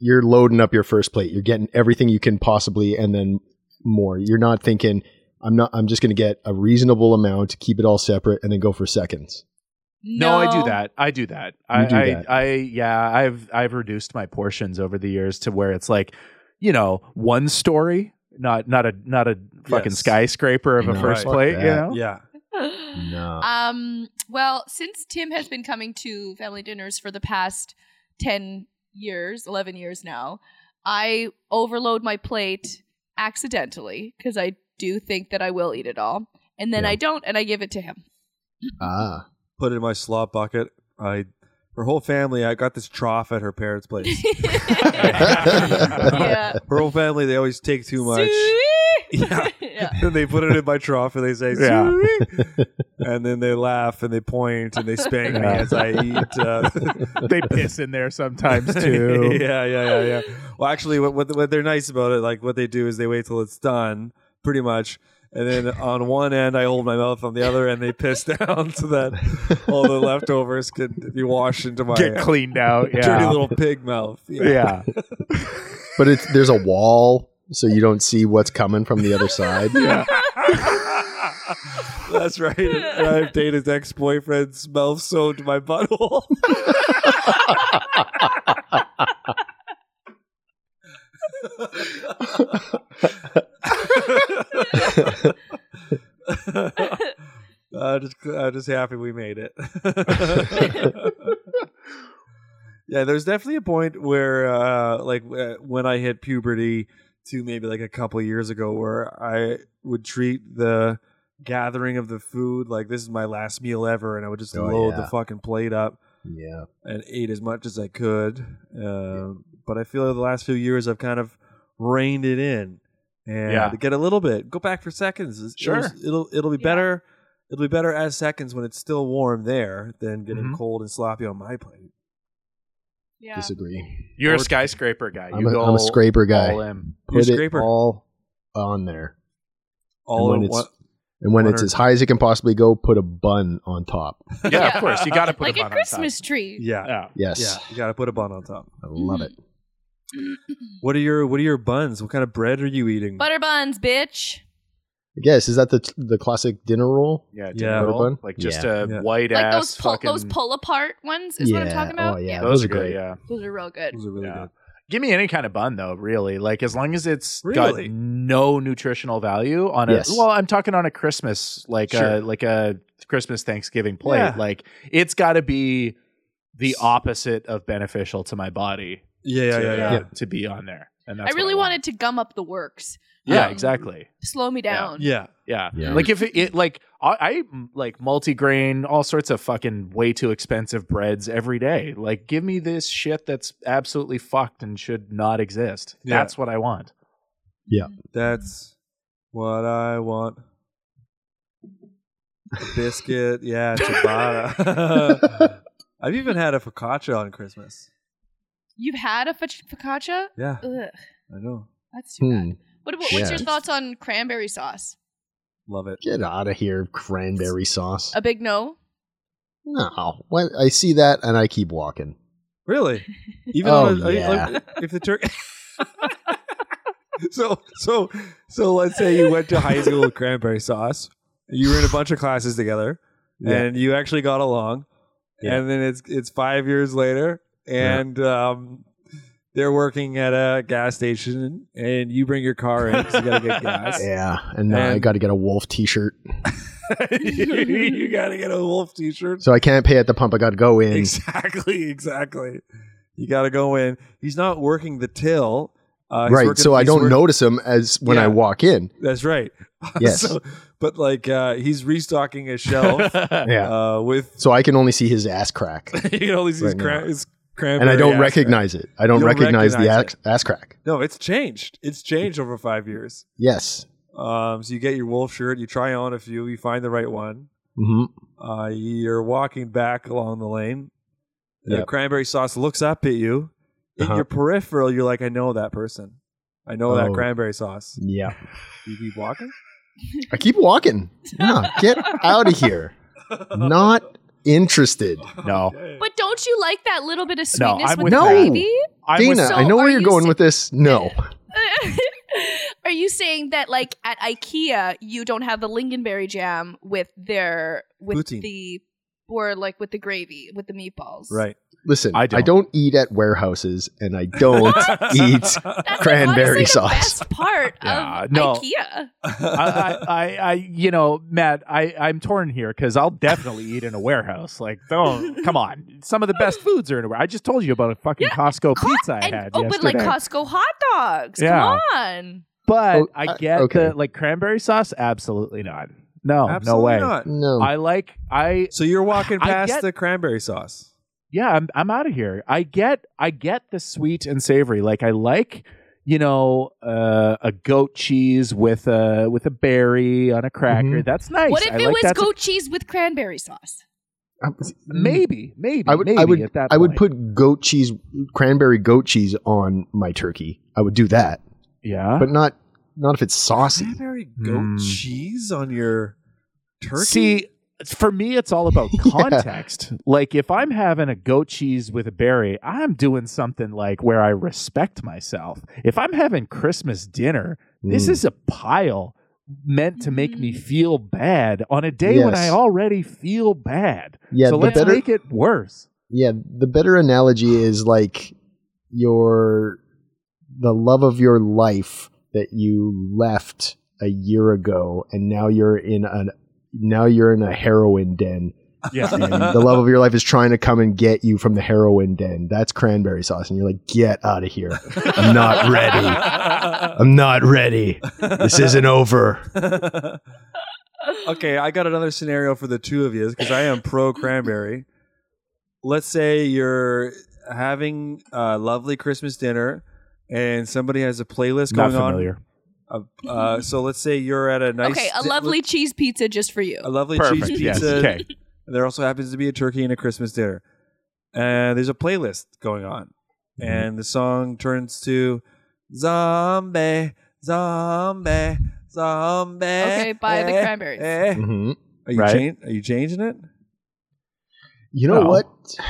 Speaker 3: you're loading up your first plate. You're getting everything you can possibly and then more. You're not thinking I'm not I'm just going to get a reasonable amount, keep it all separate and then go for seconds.
Speaker 4: no, I do that. I do that. I,
Speaker 3: do
Speaker 4: I,
Speaker 3: that.
Speaker 4: I, yeah, I've I've reduced my portions over the years to where it's like, you know, one story, not not a not a fucking
Speaker 1: Yes.
Speaker 4: skyscraper of a
Speaker 3: No,
Speaker 4: first
Speaker 1: fuck
Speaker 4: plate. You
Speaker 3: that.
Speaker 4: know,
Speaker 1: Yeah.
Speaker 3: No.
Speaker 2: Um, well, since Tim has been coming to family dinners for the past 10 years, 11 years now, I overload my plate accidentally because I do think that I will eat it all. And then
Speaker 3: Yeah.
Speaker 2: I don't, and I give it to him.
Speaker 3: Ah.
Speaker 1: Put it in my slop bucket. I her whole family, I got this trough at her parents' place.
Speaker 2: yeah.
Speaker 1: her whole family, they always take too much. Yeah.
Speaker 2: yeah.
Speaker 1: and they put it in my trough and they say,
Speaker 4: Yeah.
Speaker 1: "Sweet." and then they laugh and they point and they spank me
Speaker 4: Yeah.
Speaker 1: as I eat. Uh,
Speaker 4: they piss in there sometimes too.
Speaker 1: yeah, yeah, yeah, yeah. Well, actually, what, what what they're nice about it, like what they do is they wait till it's done, pretty much. And then on one end, I hold my mouth. On the other end, they piss down so that all the leftovers could be washed into my
Speaker 4: Get cleaned out. Yeah.
Speaker 1: dirty little pig mouth.
Speaker 4: yeah.
Speaker 3: But it's there's a wall so you don't see what's coming from the other side.
Speaker 1: That's right. And I've dated ex boyfriend smells so to my butthole. I'm just, I'm just happy we made it. yeah, there's definitely a point where, uh, like, uh, when I hit puberty, to maybe like a couple years ago where I would treat the gathering of the food like this is my last meal ever and I would just
Speaker 3: Oh,
Speaker 1: load
Speaker 3: yeah.
Speaker 1: the fucking plate up
Speaker 3: Yeah.
Speaker 1: and ate as much as I could. Um, But I feel the last few years I've kind of reined it in and
Speaker 4: Yeah.
Speaker 1: get a little bit, go back for seconds. It's-
Speaker 4: Sure.
Speaker 1: It'll, it'll, it'll be
Speaker 2: Yeah.
Speaker 1: better. It'll be better as seconds when it's still warm there than getting
Speaker 3: Mm-hmm.
Speaker 4: Mhm.
Speaker 1: cold and sloppy on my plate.
Speaker 2: Yeah.
Speaker 3: Disagree.
Speaker 4: You're a skyscraper guy.
Speaker 3: I'm
Speaker 4: you
Speaker 3: a-
Speaker 4: go
Speaker 3: I'm a scraper guy.
Speaker 4: all in.
Speaker 1: Your
Speaker 3: Put it
Speaker 1: scraper.
Speaker 3: all on there.
Speaker 1: All
Speaker 3: when
Speaker 1: in
Speaker 3: it's-
Speaker 1: one,
Speaker 3: And when it's
Speaker 1: Wonderful.
Speaker 3: as high as it can possibly go, put a bun on top.
Speaker 4: Yeah,
Speaker 2: Yeah.
Speaker 4: of course. You got to put
Speaker 2: like
Speaker 4: a
Speaker 2: a
Speaker 4: bun
Speaker 2: Christmas tree.
Speaker 1: Yeah.
Speaker 4: On top.
Speaker 3: Yes.
Speaker 1: Yeah, you gotta put a bun on top.
Speaker 3: I love
Speaker 2: Mm-hmm.
Speaker 3: it.
Speaker 1: What are your What are your buns? What kind of bread are you eating?
Speaker 2: Butter buns, bitch.
Speaker 3: I guess is that the the classic dinner roll?
Speaker 4: Yeah, yeah,
Speaker 1: Yeah.
Speaker 4: dinner roll.
Speaker 3: Bun?
Speaker 4: like just
Speaker 3: Yeah.
Speaker 4: a
Speaker 1: Yeah.
Speaker 4: white
Speaker 2: Like
Speaker 4: ass
Speaker 2: those pull,
Speaker 4: fucking.
Speaker 2: those pull apart ones is what I'm
Speaker 3: Yeah.
Speaker 2: talking about.
Speaker 3: Oh, yeah.
Speaker 2: yeah.
Speaker 3: Those
Speaker 4: Those
Speaker 3: are
Speaker 4: are good.
Speaker 3: great.
Speaker 4: Yeah,
Speaker 2: Those are real good.
Speaker 1: Those are really
Speaker 4: Yeah.
Speaker 1: good.
Speaker 4: give me any kind of bun though. Really, like as long as it's
Speaker 1: Really?
Speaker 4: got no nutritional value on a.
Speaker 3: Yes.
Speaker 4: Well, I'm talking on a Christmas like
Speaker 1: Sure.
Speaker 4: a like a Christmas Thanksgiving plate.
Speaker 1: Yeah.
Speaker 4: Like it's got to be the opposite of beneficial to my body
Speaker 1: Yeah, yeah,
Speaker 4: to,
Speaker 1: yeah, yeah.
Speaker 4: to, be on there. And
Speaker 2: I
Speaker 4: that's what
Speaker 2: really
Speaker 4: want.
Speaker 2: wanted to gum up the works.
Speaker 4: Yeah,
Speaker 2: um,
Speaker 4: exactly.
Speaker 2: Slow me down.
Speaker 1: Yeah.
Speaker 4: Yeah.
Speaker 3: Yeah.
Speaker 4: Like if it, it like I, I like multigrain, all sorts of fucking way too expensive breads every day. Like give me this shit that's absolutely fucked and should not exist.
Speaker 1: Yeah.
Speaker 4: That's what I want.
Speaker 1: That's what I want. A biscuit, yeah, ciabatta. I've even had a focaccia on Christmas.
Speaker 2: You've had a focc- focaccia?
Speaker 1: Yeah,
Speaker 2: Ugh,
Speaker 1: I know.
Speaker 2: that's too
Speaker 3: Hmm.
Speaker 2: bad. What, what- what's
Speaker 3: Yeah.
Speaker 2: your thoughts on cranberry sauce?
Speaker 1: Love it.
Speaker 3: Get out of here, cranberry sauce.
Speaker 2: A big no?
Speaker 3: No, what? I see that and I keep walking.
Speaker 1: Really? Even
Speaker 3: Oh,
Speaker 1: on a,
Speaker 3: yeah.
Speaker 1: like, if the turkey. so so so let's say you went to high school with cranberry sauce. You were in a bunch of classes together,
Speaker 3: Yeah.
Speaker 1: and you actually got along.
Speaker 3: Yeah.
Speaker 1: And then it's it's five years later, and um, they're working at a gas station, and you bring your car in 'cause you gotta get gas.
Speaker 3: Yeah, and now I
Speaker 1: And-
Speaker 3: got to get a wolf T-shirt,
Speaker 1: you gotta get a wolf T-shirt.
Speaker 3: so I can't pay at the pump. I got to go in.
Speaker 1: Exactly, exactly. You gotta go in. He's not working the till. Uh, he's
Speaker 3: right,
Speaker 1: working-
Speaker 3: so I
Speaker 1: he's
Speaker 3: don't
Speaker 1: work-
Speaker 3: notice him as when
Speaker 1: Yeah.
Speaker 3: I walk in.
Speaker 1: That's right.
Speaker 3: Yes.
Speaker 1: but like uh, he's restocking a shelf
Speaker 3: Yeah,
Speaker 1: uh, with
Speaker 3: so I can only see his ass crack,
Speaker 1: you know these
Speaker 3: Right
Speaker 1: right cra-
Speaker 3: now.
Speaker 1: his cranberry.
Speaker 3: and I don't
Speaker 1: ass
Speaker 3: recognize it. I don't
Speaker 1: You don't
Speaker 3: recognize,
Speaker 1: recognize
Speaker 3: the ass, ass crack.
Speaker 1: crack. No, it's changed. It's changed over five years.
Speaker 3: Yes.
Speaker 1: Um, so you get your wolf shirt, you try on a few, you find the right one.
Speaker 3: hmm
Speaker 1: Uh, you're walking back along the lane. The
Speaker 3: Yep.
Speaker 1: cranberry sauce looks up at you. In
Speaker 3: Uh-huh.
Speaker 1: your peripheral, you're like, I know that person. I know that
Speaker 3: Oh.
Speaker 1: cranberry sauce.
Speaker 3: Yeah.
Speaker 1: You keep walking.
Speaker 3: I keep walking. Yeah, get out of here. Not interested.
Speaker 4: No.
Speaker 2: But don't you like that little bit of
Speaker 4: No,
Speaker 2: sweetness
Speaker 4: I'm
Speaker 2: with
Speaker 4: with
Speaker 3: No.
Speaker 4: that.
Speaker 2: gravy?
Speaker 4: I
Speaker 3: Dana,
Speaker 4: was
Speaker 2: so-
Speaker 3: I know
Speaker 2: are
Speaker 3: where you're
Speaker 2: you
Speaker 3: going
Speaker 2: sa-
Speaker 3: with this. No.
Speaker 2: Are you saying that like at IKEA you don't have the lingonberry jam with their with
Speaker 1: Poutine.
Speaker 2: the or like with the gravy with the meatballs?
Speaker 1: Right.
Speaker 3: Listen, I
Speaker 4: I
Speaker 3: don't.
Speaker 4: don't.
Speaker 3: eat at warehouses and I don't eat Oh,
Speaker 2: That's like,
Speaker 3: cranberry
Speaker 2: honestly
Speaker 3: sauce.
Speaker 2: The best part
Speaker 4: Yeah,
Speaker 2: of
Speaker 4: no.
Speaker 2: IKEA.
Speaker 4: I, I, I, I, you know, Matt, I, I'm torn here because I'll definitely eat in a warehouse. Like, don't come on. Some of the best foods are in a warehouse. I just told you about a fucking
Speaker 2: Co-
Speaker 4: Costco pizza I
Speaker 2: and-
Speaker 4: had.
Speaker 2: oh, but like
Speaker 4: yesterday.
Speaker 2: Costco hot dogs.
Speaker 4: Yeah.
Speaker 2: Come on.
Speaker 4: But
Speaker 3: Oh, uh,
Speaker 4: I get
Speaker 3: okay.
Speaker 4: the like cranberry sauce. Absolutely not. No,
Speaker 1: Absolutely
Speaker 4: no way.
Speaker 1: Not.
Speaker 3: No.
Speaker 4: I like I
Speaker 1: So you're walking
Speaker 4: I
Speaker 1: past
Speaker 4: get-
Speaker 1: the cranberry sauce.
Speaker 4: yeah. I'm I'm out of here. I get I get the sweet and savory. Like I like you know uh, a goat cheese with a with a berry on a cracker.
Speaker 3: Mhm.
Speaker 4: That's nice.
Speaker 2: What if
Speaker 4: I
Speaker 2: it
Speaker 4: like
Speaker 2: was
Speaker 4: that's a-
Speaker 2: goat cheese with cranberry sauce?
Speaker 4: maybe maybe
Speaker 3: I would,
Speaker 4: maybe
Speaker 3: I would,
Speaker 4: at that
Speaker 3: I would
Speaker 4: point.
Speaker 3: put goat cheese, cranberry goat cheese on my turkey. I would do that,
Speaker 4: yeah.
Speaker 3: but not, not if it's saucy.
Speaker 1: Cranberry goat
Speaker 4: Hmm.
Speaker 1: cheese on your turkey.
Speaker 4: See, for me, it's all about context. Like, if I'm having a goat cheese with a berry, I'm doing something like where I respect myself. If I'm having Christmas dinner, this
Speaker 3: Mm.
Speaker 4: is a pile meant to make me feel bad on a day when I
Speaker 3: Yes.
Speaker 4: already feel bad.
Speaker 3: Yeah, the
Speaker 4: so let's
Speaker 3: better-
Speaker 4: make it worse.
Speaker 3: Yeah, the better analogy is like your the love of your life that you left a year ago and now you're in an now you're in a heroin den. And
Speaker 4: Yeah.
Speaker 3: the love of your life is trying to come and get you from the heroin den. That's cranberry sauce. And you're like, get out of here. I'm not ready. I'm not ready. This isn't over.
Speaker 1: okay, I got another scenario for the two of you because I am pro cranberry. Let's say you're having a lovely Christmas dinner and somebody has a playlist
Speaker 4: Not
Speaker 1: going
Speaker 4: familiar.
Speaker 1: on. Uh, uh, so let's say you're at a nice
Speaker 2: okay, a
Speaker 1: di-
Speaker 2: lovely cheese pizza just for you.
Speaker 1: a lovely
Speaker 4: Perfect.
Speaker 1: cheese
Speaker 4: Yes.
Speaker 1: pizza.
Speaker 4: Okay.
Speaker 1: There also happens to be a turkey and a Christmas dinner. And there's a playlist going on.
Speaker 4: Mm-hmm.
Speaker 1: And the song turns to Zombie, Zombie, Zombie.
Speaker 2: Okay, buy the cranberries.
Speaker 1: Eh.
Speaker 4: Mm-hmm.
Speaker 3: Mhm.
Speaker 1: Are you
Speaker 4: Right.
Speaker 1: chan- are you changing it?
Speaker 3: You know
Speaker 4: No.
Speaker 3: what?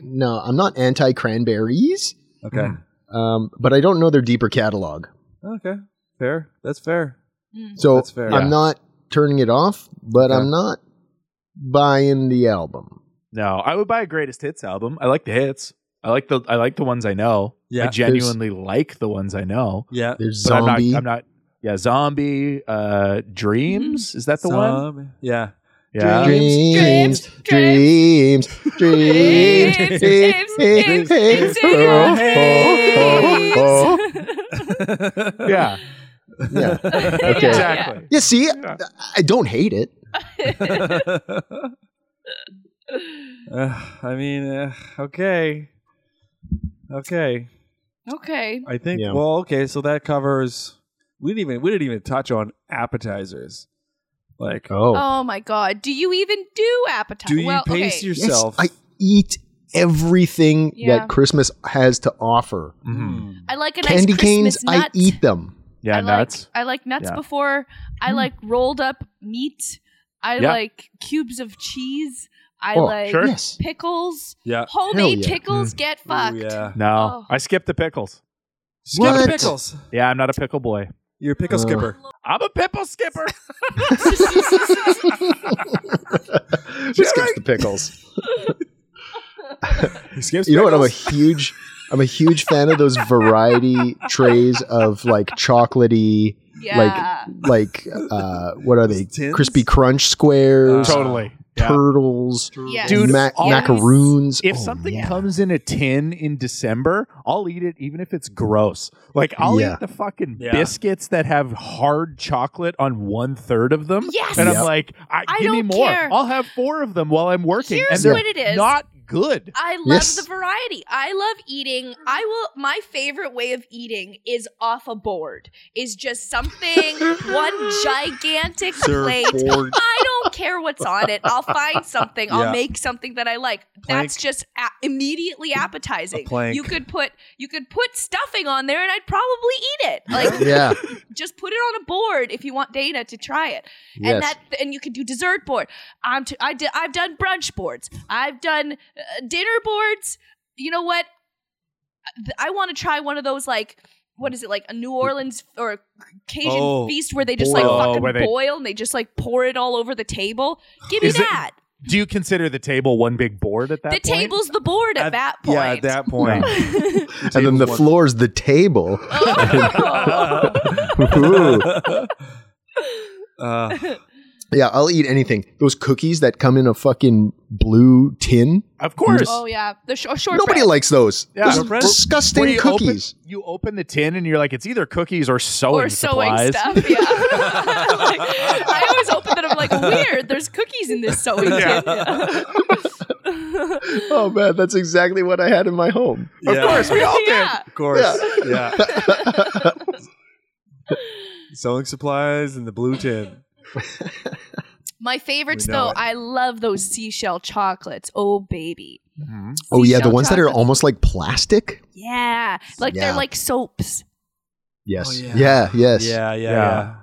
Speaker 3: No, I'm not anti cranberries,
Speaker 1: Okay.
Speaker 4: Mm.
Speaker 3: um, but I don't know their deeper catalog.
Speaker 1: Okay. Fair. That's fair.
Speaker 3: So
Speaker 1: That's fair.
Speaker 3: I'm
Speaker 4: Yeah.
Speaker 3: not turning it off, but
Speaker 1: Okay.
Speaker 3: I'm not buying the album.
Speaker 4: No, I would buy a greatest hits album. I like the hits. I like the I like the ones I know.
Speaker 1: Yeah.
Speaker 4: I genuinely like the ones I know.
Speaker 1: Yeah.
Speaker 3: There's
Speaker 4: But I'm not
Speaker 3: zombie.
Speaker 4: I'm not yeah, zombie, uh
Speaker 2: Mm-hmm.
Speaker 4: dreams. Is that the one?
Speaker 1: Zombie. Yeah.
Speaker 4: Yeah.
Speaker 3: dreams, dreams, dreams,
Speaker 2: Dreams,
Speaker 3: dreams,
Speaker 2: dreams, dreams,
Speaker 3: dreams,
Speaker 2: dreams
Speaker 3: dreams.
Speaker 2: in your
Speaker 4: Yeah.
Speaker 3: Yeah.
Speaker 2: Yeah,
Speaker 3: Okay.
Speaker 4: Exactly.
Speaker 3: Yeah. See, I don't hate it.
Speaker 1: Uh, I mean, uh, okay. Okay.
Speaker 2: Okay.
Speaker 1: I think
Speaker 3: Yeah.
Speaker 1: well, okay, so that covers we didn't even we didn't even touch on appetizers. Like
Speaker 2: Oh my god. Do you even do appetite?
Speaker 1: do you
Speaker 2: well,
Speaker 1: pace
Speaker 2: okay.
Speaker 3: Yes,
Speaker 1: yourself?
Speaker 3: I eat everything
Speaker 2: Yeah.
Speaker 3: that Christmas has to offer.
Speaker 4: Mhm.
Speaker 1: Mm-hmm.
Speaker 2: I like a nice
Speaker 3: Candy
Speaker 2: Christmas
Speaker 3: canes,
Speaker 2: nut.
Speaker 3: I eat them.
Speaker 4: Yeah,
Speaker 2: I
Speaker 4: nuts.
Speaker 2: Like, I like nuts
Speaker 4: Yeah.
Speaker 2: before. I like rolled up meat. I
Speaker 4: Yeah.
Speaker 2: like cubes of cheese. I
Speaker 3: Oh,
Speaker 2: like
Speaker 4: sure. Hmm.
Speaker 3: Yes.
Speaker 2: pickles.
Speaker 1: yeah.
Speaker 2: Homemade
Speaker 3: yeah.
Speaker 2: pickles get
Speaker 1: Ooh,
Speaker 2: fucked.
Speaker 1: yeah.
Speaker 4: No.
Speaker 2: Oh.
Speaker 4: I skipped the pickles.
Speaker 1: Skip
Speaker 3: What?
Speaker 1: pickles.
Speaker 4: Yeah, I'm not a pickle boy.
Speaker 1: You're a pickle
Speaker 3: Uh.
Speaker 1: skipper.
Speaker 4: I'm a pickle skipper.
Speaker 3: Just skips the pickles.
Speaker 1: He skips
Speaker 3: You know what? I'm a
Speaker 1: pickles?
Speaker 3: huge, I'm a huge fan of those variety trays of like chocolatey,
Speaker 2: Yeah.
Speaker 3: like uh, what are they?
Speaker 1: Tins?
Speaker 3: Crispy crunch squares,
Speaker 1: Uh,
Speaker 4: totally. Yeah.
Speaker 3: turtles,
Speaker 2: Yes.
Speaker 4: Dude,
Speaker 3: ma-
Speaker 4: all-
Speaker 3: macaroons.
Speaker 4: If
Speaker 3: Oh,
Speaker 4: something
Speaker 3: yeah.
Speaker 4: comes in a tin in December, I'll eat it even if it's gross. Like I'll
Speaker 3: Yeah.
Speaker 4: eat the fucking
Speaker 1: Yeah.
Speaker 4: biscuits that have hard chocolate on one third of them.
Speaker 2: Yes.
Speaker 4: And
Speaker 3: Yep.
Speaker 4: I'm like, I,
Speaker 2: I
Speaker 4: give me
Speaker 2: don't
Speaker 4: more.
Speaker 2: care.
Speaker 4: I'll have four of them while I'm working.
Speaker 2: Here's
Speaker 4: and they're
Speaker 2: what it is.
Speaker 4: not good.
Speaker 2: I love
Speaker 3: Yes.
Speaker 2: the variety. I love eating. I will. My favorite way of eating is off a board. Is just something one gigantic plate.
Speaker 1: board.
Speaker 2: I don't care what's on it. I'll find something.
Speaker 1: Yeah.
Speaker 2: I'll make something that I like. That's
Speaker 1: Plank.
Speaker 2: just a- immediately appetizing.
Speaker 1: plank.
Speaker 2: You could put you could put stuffing on there, and I'd probably eat it. Like
Speaker 3: Yeah.
Speaker 2: just put it on a board if you want Dana to try it.
Speaker 3: Yes.
Speaker 2: And that and you can do dessert board. I'm t- I di- I've done brunch boards. I've done uh, dinner boards. You know what? Th- I want to try one of those like what is it like a New Orleans or Cajun
Speaker 1: Oh,
Speaker 2: feast where they just
Speaker 4: boil.
Speaker 2: like
Speaker 4: Where
Speaker 2: fucking
Speaker 4: they-
Speaker 2: boil and they just like pour it all over the table. Give me
Speaker 4: Is it-
Speaker 2: that.
Speaker 4: Do you consider the table one big board at that
Speaker 2: the
Speaker 4: point?
Speaker 2: table's the board at, that point.
Speaker 1: Yeah, at that point.
Speaker 3: and then the
Speaker 1: Tables
Speaker 3: floor's the table.
Speaker 2: Oh.
Speaker 3: Ooh.
Speaker 1: Uh,
Speaker 3: Yeah, I'll eat anything. Those cookies that come in a fucking blue tin.
Speaker 4: Of course.
Speaker 2: Oh, yeah, the sh- short.
Speaker 3: Nobody likes those.
Speaker 4: Yeah.
Speaker 3: Those
Speaker 1: Shortbread?
Speaker 4: Where
Speaker 3: disgusting
Speaker 4: you open-
Speaker 3: cookies.
Speaker 4: you open the tin and you're like, it's either cookies or sewing
Speaker 2: or sewing
Speaker 4: supplies.
Speaker 2: stuff. Yeah, Like, I always open that. I'm like, weird. There's cookies in this sewing
Speaker 4: Yeah.
Speaker 2: tin. Yeah.
Speaker 3: Oh man, that's exactly what I had in my home.
Speaker 1: yeah,
Speaker 4: Of course, we all do.
Speaker 2: Yeah.
Speaker 1: Of course. Yeah. Selling supplies and the blue tin.
Speaker 2: My favorites,
Speaker 1: We know
Speaker 2: though,
Speaker 1: it.
Speaker 2: I love those seashell chocolates. Oh baby,
Speaker 4: Mm-hmm.
Speaker 3: Oh yeah, the
Speaker 2: Seashell
Speaker 3: ones that are
Speaker 2: chocolates.
Speaker 3: almost like plastic.
Speaker 2: yeah, like
Speaker 3: Yeah.
Speaker 2: they're like soaps.
Speaker 3: Yes.
Speaker 1: Oh,
Speaker 3: yeah.
Speaker 1: yeah.
Speaker 3: Yes.
Speaker 1: Yeah, yeah, yeah.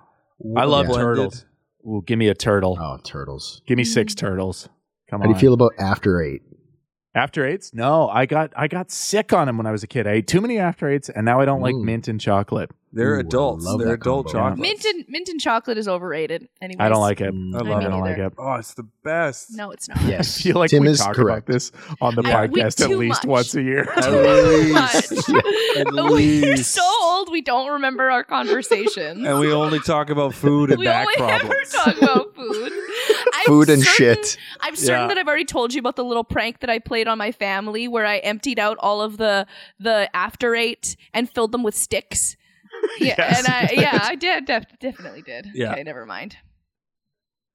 Speaker 4: Yeah. I love
Speaker 3: Yeah.
Speaker 4: turtles. Ooh, give me a turtle.
Speaker 3: Oh, turtles.
Speaker 4: Give me
Speaker 2: Mm.
Speaker 4: six turtles. Come
Speaker 3: How
Speaker 4: on.
Speaker 3: do you feel about after eight?
Speaker 4: After eights? No, I got I got sick on them when I was a kid. I ate too many after eights, and now I don't like
Speaker 3: Ooh.
Speaker 4: mint and chocolate.
Speaker 1: They're
Speaker 3: Ooh, I
Speaker 1: adults.
Speaker 3: love
Speaker 1: They're
Speaker 3: that
Speaker 1: adult
Speaker 3: combo.
Speaker 1: chocolates.
Speaker 2: Mint and mint and chocolate is overrated. Anyways,
Speaker 4: I don't like it.
Speaker 3: Mm.
Speaker 1: I
Speaker 2: I
Speaker 1: love
Speaker 2: mean,
Speaker 4: I
Speaker 1: it.
Speaker 4: don't like
Speaker 2: either.
Speaker 4: it.
Speaker 1: Oh, it's the best.
Speaker 2: No, it's not.
Speaker 3: Yes.
Speaker 4: I feel like
Speaker 3: Tim
Speaker 4: we
Speaker 3: is
Speaker 4: talk
Speaker 3: correct.
Speaker 4: about this on the
Speaker 2: I- we
Speaker 4: podcast at
Speaker 2: too
Speaker 4: least
Speaker 2: much.
Speaker 4: once a year.
Speaker 1: At
Speaker 2: Too
Speaker 1: least.
Speaker 2: much.
Speaker 1: At
Speaker 2: We're
Speaker 1: least.
Speaker 2: so old, we don't remember our conversations.
Speaker 1: And we only talk about food and
Speaker 2: we
Speaker 1: back
Speaker 2: only ever
Speaker 1: problems.
Speaker 2: talk about food. I'm
Speaker 3: Food and
Speaker 2: certain-
Speaker 3: shit.
Speaker 2: I'm certain
Speaker 1: Yeah.
Speaker 2: that I've already told you about the little prank that I played on my family, where I emptied out all of the the after eight and filled them with sticks. Yeah,
Speaker 4: Yes.
Speaker 2: and I yeah I did def- definitely did.
Speaker 1: Yeah.
Speaker 2: Okay, never mind.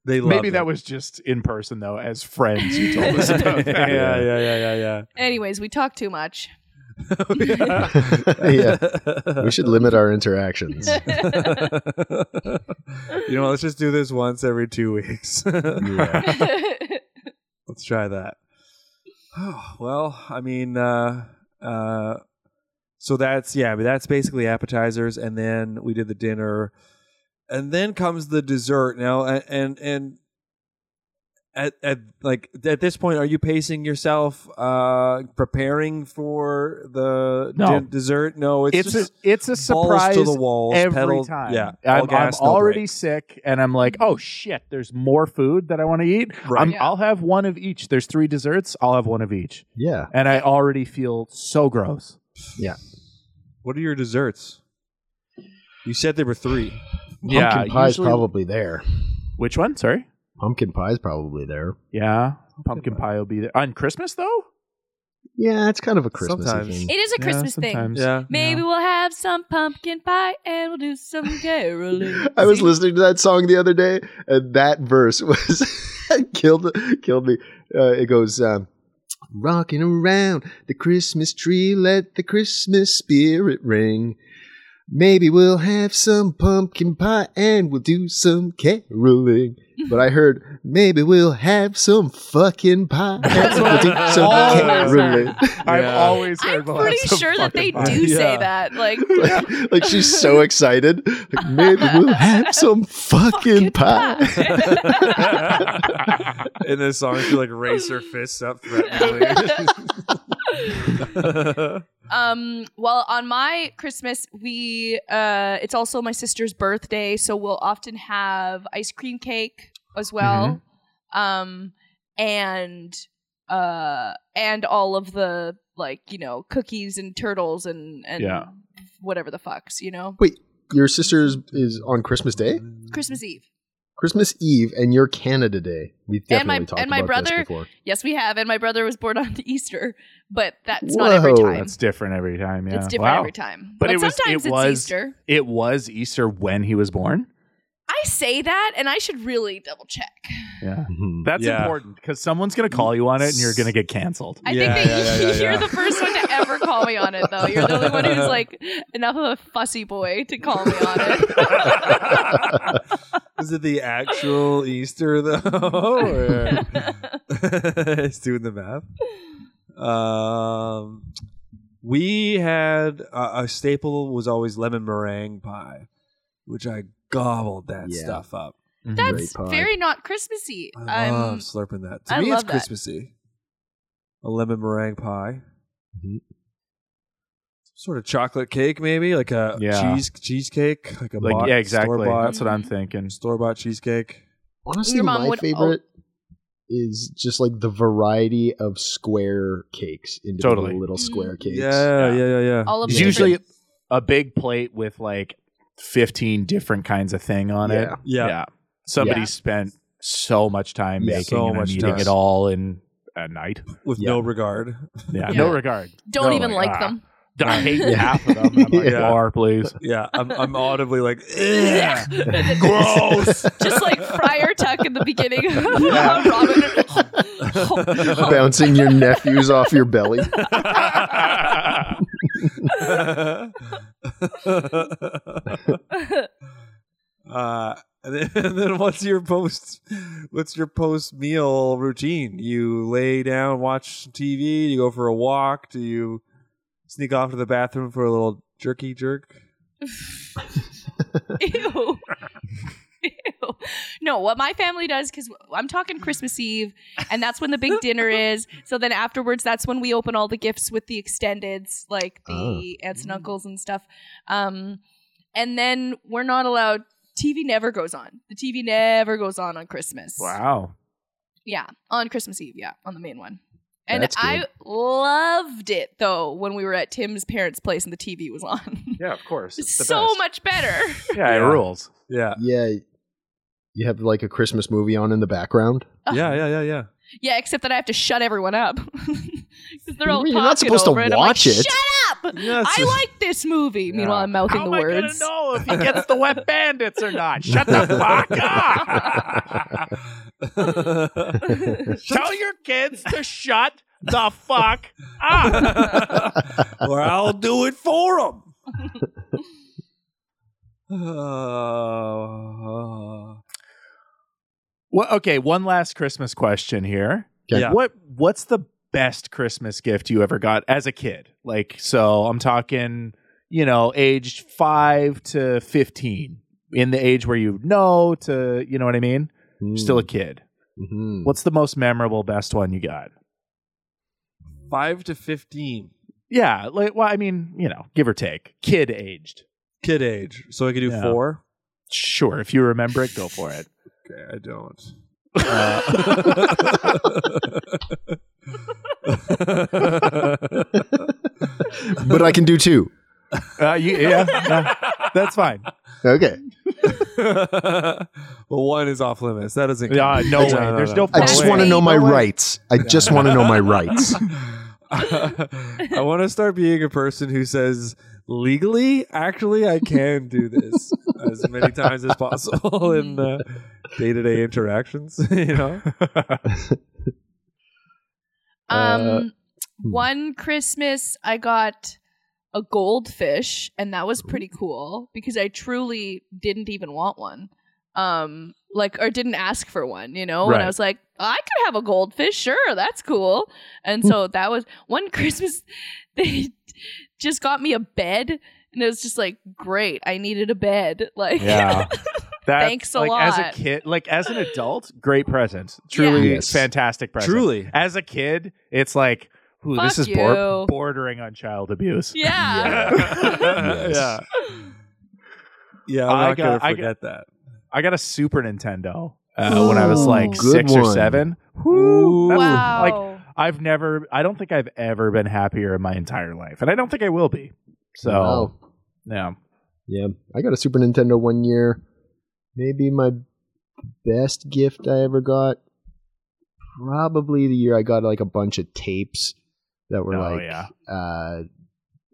Speaker 1: They love
Speaker 4: Maybe
Speaker 1: it.
Speaker 4: that was just in person though, as friends you told us about that.
Speaker 1: yeah, yeah, yeah,
Speaker 2: Anyways, we talked too much.
Speaker 1: yeah,
Speaker 3: yeah.
Speaker 1: yeah.
Speaker 3: We should limit our interactions.
Speaker 1: you know, let's just do this once every two weeks. let's try that. well, I mean, uh, uh, so that's yeah, but that's basically appetizers, and then we did the dinner, and then comes the dessert. Now a- and and at at like at this point, are you pacing yourself, uh, preparing for the
Speaker 4: No.
Speaker 1: d- dessert? No, it's
Speaker 4: It's,
Speaker 1: just
Speaker 4: a, it's a
Speaker 1: balls
Speaker 4: surprise
Speaker 1: to the walls
Speaker 4: every
Speaker 1: pedal-
Speaker 4: time.
Speaker 1: Yeah, all
Speaker 4: I'm,
Speaker 1: gas,
Speaker 4: I'm
Speaker 1: no
Speaker 4: already
Speaker 1: brake.
Speaker 4: sick, and I'm like, oh shit, there's more food that I want to eat.
Speaker 1: Right.
Speaker 4: I'm,
Speaker 2: Yeah.
Speaker 4: I'll have one of each. There's three desserts. I'll have one of each,
Speaker 3: Yeah.
Speaker 4: and I already feel so gross.
Speaker 1: What are your desserts? You said there were three.
Speaker 3: Pumpkin pie's
Speaker 4: usually-
Speaker 3: probably there.
Speaker 4: Which one? Sorry.
Speaker 3: Pumpkin pie's probably there.
Speaker 4: Yeah, pumpkin pie will be there on Christmas though.
Speaker 3: Yeah, it's kind of a Christmas
Speaker 1: Sometimes.
Speaker 3: thing.
Speaker 2: It is a
Speaker 4: Yeah,
Speaker 2: Christmas thing.
Speaker 4: sometimes.
Speaker 1: Yeah.
Speaker 2: Maybe we'll have some pumpkin pie and we'll do some caroling.
Speaker 3: I was listening to that song the other day, and that verse was killed killed me. Uh, it goes, um, "Rocking around the Christmas tree, let the Christmas spirit ring. Maybe we'll have some pumpkin pie and we'll do some caroling." But I heard, "Maybe we'll have some fucking pie and we'll do some
Speaker 4: Always.
Speaker 3: caroling."
Speaker 4: I've
Speaker 1: Yeah.
Speaker 4: always heard.
Speaker 2: I'm
Speaker 4: we'll have
Speaker 2: pretty
Speaker 4: some
Speaker 2: sure that
Speaker 4: fucking
Speaker 2: they
Speaker 4: pie.
Speaker 2: do
Speaker 1: Yeah.
Speaker 2: say that. Like,
Speaker 3: like, like she's so excited. Like, maybe we'll have some fucking pie.
Speaker 1: In this song, she like raise her fists up threateningly.
Speaker 2: um, well, on my Christmas, we uh, it's also my sister's birthday, so we'll often have ice cream cake as well,
Speaker 4: Mm-hmm.
Speaker 2: um, and uh, and all of the like you know cookies and turtles and and
Speaker 4: Yeah.
Speaker 2: whatever the fucks you know
Speaker 3: Wait, your sister's is on Christmas Day,
Speaker 4: Mm-hmm.
Speaker 2: Christmas Eve.
Speaker 3: Christmas Eve, and your Canada Day. We've
Speaker 2: And
Speaker 3: definitely
Speaker 2: my-
Speaker 3: talked
Speaker 2: and my
Speaker 3: about
Speaker 2: brother-
Speaker 3: this before.
Speaker 2: Yes, we have, and my brother was born on Easter, but that's not every
Speaker 3: Whoa.
Speaker 2: time.
Speaker 4: That's different every time. Yeah,
Speaker 2: It's different
Speaker 4: Wow.
Speaker 2: every time.
Speaker 4: But it was-
Speaker 2: sometimes
Speaker 4: it
Speaker 2: it's
Speaker 4: was-
Speaker 2: Easter.
Speaker 4: It was Easter when he was born.
Speaker 2: I say that, and I should really double check.
Speaker 4: Yeah,
Speaker 3: Mhm.
Speaker 4: Mm-hmm. that's
Speaker 1: Yeah.
Speaker 4: important because someone's gonna call you on it and you're gonna get canceled.
Speaker 2: I
Speaker 1: Yeah,
Speaker 2: think that
Speaker 1: yeah, yeah, yeah,
Speaker 2: you're
Speaker 1: yeah.
Speaker 2: the first one to ever call me on it, though. You're the only one who's like enough of a fussy boy to call me on it.
Speaker 1: Is it the actual Easter though? or- it's doing the math. Um, we had uh, a staple was always lemon meringue pie, which I gobbled that
Speaker 3: Yeah.
Speaker 1: stuff up.
Speaker 4: Mm-hmm.
Speaker 2: That's
Speaker 3: pie.
Speaker 2: very not Christmassy.
Speaker 1: I love
Speaker 2: Um,
Speaker 1: slurping that. To
Speaker 2: I
Speaker 1: me, it's
Speaker 2: love that.
Speaker 1: Christmassy. A lemon meringue pie. Sort of chocolate cake, maybe like a
Speaker 4: Yeah.
Speaker 1: cheese cheesecake, like a
Speaker 4: Like,
Speaker 1: bought,
Speaker 4: yeah, exactly.
Speaker 1: store-bought,
Speaker 2: Mm-hmm.
Speaker 4: That's what I'm thinking.
Speaker 1: store-bought cheesecake.
Speaker 3: Honestly,
Speaker 2: Your mom
Speaker 3: my
Speaker 2: would-
Speaker 3: favorite is just like the variety of square cakes, individual
Speaker 4: Totally.
Speaker 2: Mm-hmm.
Speaker 3: little square cakes.
Speaker 1: Yeah, yeah, yeah, yeah.
Speaker 2: all of
Speaker 4: It's
Speaker 2: the
Speaker 4: usually
Speaker 2: different-
Speaker 4: a big plate with like 15 different kinds of thing on it.
Speaker 3: Yeah.
Speaker 1: Yeah.
Speaker 4: Somebody
Speaker 2: Yeah.
Speaker 4: spent so much time
Speaker 3: Yeah.
Speaker 4: making
Speaker 1: So
Speaker 4: and
Speaker 1: much
Speaker 4: eating
Speaker 1: time.
Speaker 4: it all in a night.
Speaker 1: with
Speaker 3: Yeah.
Speaker 1: no regard.
Speaker 4: Yeah.
Speaker 2: Yeah.
Speaker 4: No regard.
Speaker 2: don't
Speaker 4: No,
Speaker 1: Oh
Speaker 2: even
Speaker 4: like,
Speaker 2: like
Speaker 4: ah.
Speaker 2: them.
Speaker 4: I hate
Speaker 3: Yeah.
Speaker 4: half of them. I'm like,
Speaker 3: Yeah.
Speaker 4: "More, please.
Speaker 1: Yeah, I'm, I'm audibly like, "Ugh."
Speaker 4: Gross.
Speaker 2: Just like Friar Tuck in the beginning of
Speaker 3: Yeah.
Speaker 2: Robin.
Speaker 3: Bouncing your nephews off your belly.
Speaker 1: uh, and then, and then what's your post? What's your post meal routine? You lay down, watch TV. Do you go for a walk? Do you sneak off to the bathroom for a little jerky jerk?
Speaker 2: Ew. Ew. No, what my family does, because I'm talking Christmas Eve, and that's when the big dinner is. So then afterwards, that's when we open all the gifts with the extendeds, like the
Speaker 3: Oh.
Speaker 2: aunts and uncles and stuff. Um, and then we're not allowed, TV never goes on. The TV never goes on on Christmas.
Speaker 4: wow.
Speaker 2: Yeah, on Christmas Eve. Yeah, on the main one. And
Speaker 3: That's
Speaker 2: I
Speaker 3: good.
Speaker 2: loved it though when we were at Tim's parents' place and the TV was on.
Speaker 4: Yeah, of course.
Speaker 2: It's so much better.
Speaker 4: Yeah, it
Speaker 1: Yeah.
Speaker 4: rules.
Speaker 1: Yeah,
Speaker 3: Yeah. You have like a Christmas movie on in the background.
Speaker 1: yeah, yeah, yeah, yeah.
Speaker 2: Yeah, except that I have to shut everyone up because they're all
Speaker 3: You're
Speaker 2: talking
Speaker 3: not supposed to
Speaker 2: over it. I'm like,
Speaker 3: watch it.
Speaker 2: Shut up!
Speaker 1: Yes.
Speaker 2: I like this movie. Meanwhile, I'm mouthing
Speaker 4: Oh
Speaker 2: the words.
Speaker 4: know if he gets the wet bandits or not? Shut the fuck up. Tell your kids to shut the fuck up.
Speaker 1: or I'll do it for them. uh,
Speaker 4: Well, okay, one last Christmas question here.
Speaker 3: Okay.
Speaker 1: Yeah.
Speaker 4: What what's the best Christmas gift you ever got as a kid? Like so I'm talking, you know, aged 5 to 15. in the age where you know to, you know what I mean? You're Still a kid.
Speaker 3: Mhm.
Speaker 4: What's the most memorable, best one you got?
Speaker 1: Five to fifteen,
Speaker 4: Yeah, like well, I mean, you know, give or take, kid aged.
Speaker 1: kid age. So I could do
Speaker 4: Yeah.
Speaker 1: four.
Speaker 4: Sure, if you remember it, go for it.
Speaker 1: Okay, I don't.
Speaker 4: Uh.
Speaker 3: but I can do two.
Speaker 4: Uh, you, yeah, yeah, that's fine.
Speaker 3: Okay.
Speaker 1: well, one is off limits. That doesn't.
Speaker 4: Yeah,
Speaker 1: count.
Speaker 4: no way. There's no
Speaker 3: I
Speaker 4: Oh,
Speaker 3: just
Speaker 4: wait.
Speaker 3: want to know my
Speaker 2: No way.
Speaker 3: rights. I just want to know my rights.
Speaker 1: I want to start being a person who says legally, actually, I can do this as many times as possible in uh, day-to-day interactions. You know,
Speaker 4: Uh,
Speaker 2: Um,
Speaker 4: hmm.
Speaker 2: one Christmas I got a goldfish, and that was pretty cool because I truly didn't even want one. Um, like or didn't ask for one, you know. And
Speaker 4: Right.
Speaker 2: I was like, I could have a goldfish, sure, that's cool. And so that was one Christmas. They just got me a bed, and it was just like, great. I needed a bed, like.
Speaker 4: Yeah. That,
Speaker 2: Thanks a
Speaker 4: like, As a
Speaker 2: lot.
Speaker 4: kid, like as an adult, great present. Truly
Speaker 3: Yes.
Speaker 4: fantastic present.
Speaker 1: Truly.
Speaker 4: As a kid, it's like, ooh, this
Speaker 2: Fuck
Speaker 4: is bor-
Speaker 2: you.
Speaker 4: bordering on child abuse.
Speaker 2: Yeah.
Speaker 4: Yeah.
Speaker 1: yeah, I'm
Speaker 4: I
Speaker 1: not
Speaker 4: got- I
Speaker 1: gonna forget that.
Speaker 4: I got a Super Nintendo uh, when I was like
Speaker 3: good
Speaker 4: six or
Speaker 3: one.
Speaker 4: seven. Woo, that's-
Speaker 2: Wow.
Speaker 4: Like I've never, I don't think I've ever been happier in my entire life, and I don't think I will be. So
Speaker 3: Wow.
Speaker 4: yeah,
Speaker 3: Yeah, I got a Super Nintendo one year. Maybe my best gift I ever got. Probably the year I got like a bunch of tapes that were
Speaker 4: Oh,
Speaker 3: like,
Speaker 4: yeah.
Speaker 3: uh,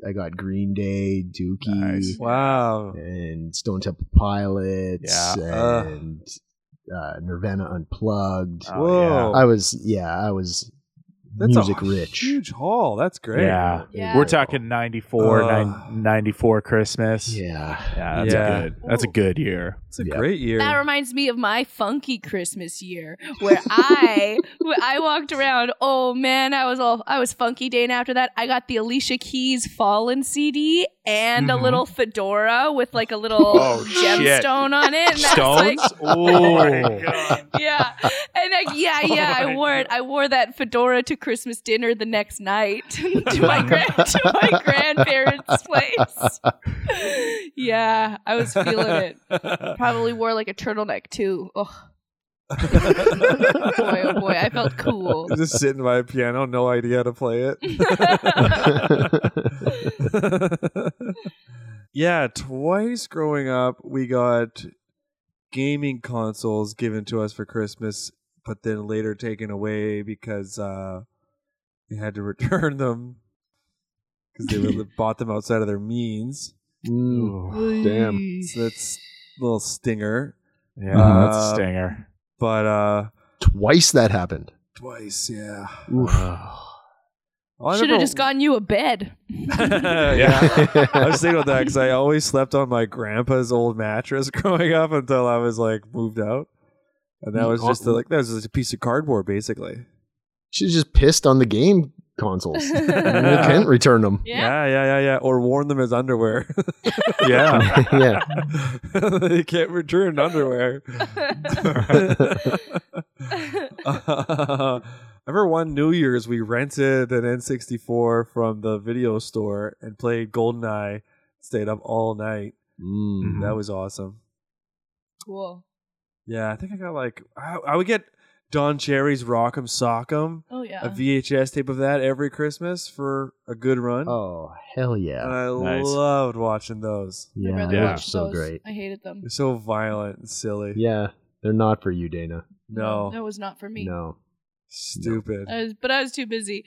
Speaker 3: I got Green Day, Dookie,
Speaker 4: Nice.
Speaker 1: Wow.
Speaker 3: and Stone Temple Pilots,
Speaker 1: Yeah.
Speaker 3: and uh, Nirvana Unplugged.
Speaker 4: Oh,
Speaker 1: Whoa.
Speaker 3: I was, yeah, I was
Speaker 1: That's
Speaker 3: music
Speaker 1: a
Speaker 3: rich.
Speaker 1: Huge haul. That's great.
Speaker 4: yeah.
Speaker 2: Yeah.
Speaker 4: We're talking 94,
Speaker 1: Uh.
Speaker 4: nine- 94 Christmas.
Speaker 3: Yeah.
Speaker 4: Yeah, that's
Speaker 1: Yeah.
Speaker 4: a good. That's a good year.
Speaker 1: It's a
Speaker 3: Yeah.
Speaker 1: great year.
Speaker 2: That reminds me of my funky Christmas year where I where I walked around. Oh man, I was all I was funky day and after that I got the Alicia Keys Fallen CD and a little fedora with like a little
Speaker 4: Mm-hmm. Oh, shit.
Speaker 2: gemstone on it. And I was
Speaker 4: Stones.
Speaker 2: like,
Speaker 4: oh
Speaker 2: yeah. And I, yeah, yeah, I wore it. I wore that fedora to Christmas dinner the next night to my grand to my grandparents' place. yeah, I was feeling it. Probably wore like a turtleneck too. Oh boy, oh boy, I felt cool.
Speaker 1: Just sitting by a piano, no idea how to play it. yeah, twice growing up, we got gaming consoles given to us for Christmas, but then later taken away because uh, we had to return them because they were, bought them outside of their means.
Speaker 3: Mm, damn.
Speaker 1: So that's a little stinger.
Speaker 4: Yeah, that's
Speaker 1: Uh,
Speaker 4: a stinger.
Speaker 1: But uh,
Speaker 3: Twice that happened.
Speaker 1: twice, yeah.
Speaker 2: Should have just gotten you a bed.
Speaker 1: yeah. I was thinking about that because I always slept on my grandpa's old mattress growing up until I was like moved out, and that was just like that was just a piece of cardboard basically.
Speaker 3: She's just pissed on the game consoles. you can't return them.
Speaker 1: yeah,
Speaker 2: Yeah.
Speaker 1: yeah, yeah, yeah. Or worn them as underwear.
Speaker 4: Yeah.
Speaker 3: yeah.
Speaker 1: you can't return underwear. I remember one New Year's we rented an N64 from the video store and played GoldenEye. Stayed up all night.
Speaker 3: Mm.
Speaker 1: That was awesome.
Speaker 2: Cool.
Speaker 1: Yeah, I think I got like I, I would get Don Cherry's Rock'em Sock'em,
Speaker 2: Oh yeah.
Speaker 1: a VHS tape of that every Christmas for a good run.
Speaker 3: Oh hell yeah!
Speaker 1: and I
Speaker 4: Nice.
Speaker 1: loved watching those.
Speaker 2: I'd
Speaker 3: yeah,
Speaker 2: rather
Speaker 3: they're
Speaker 2: watch
Speaker 3: so
Speaker 2: those.
Speaker 3: great.
Speaker 2: I hated them.
Speaker 1: They're so violent and silly.
Speaker 3: Yeah, they're not for you, Dana.
Speaker 1: No,
Speaker 2: That was not for me.
Speaker 3: No.
Speaker 1: stupid.
Speaker 2: I was, but I was too busy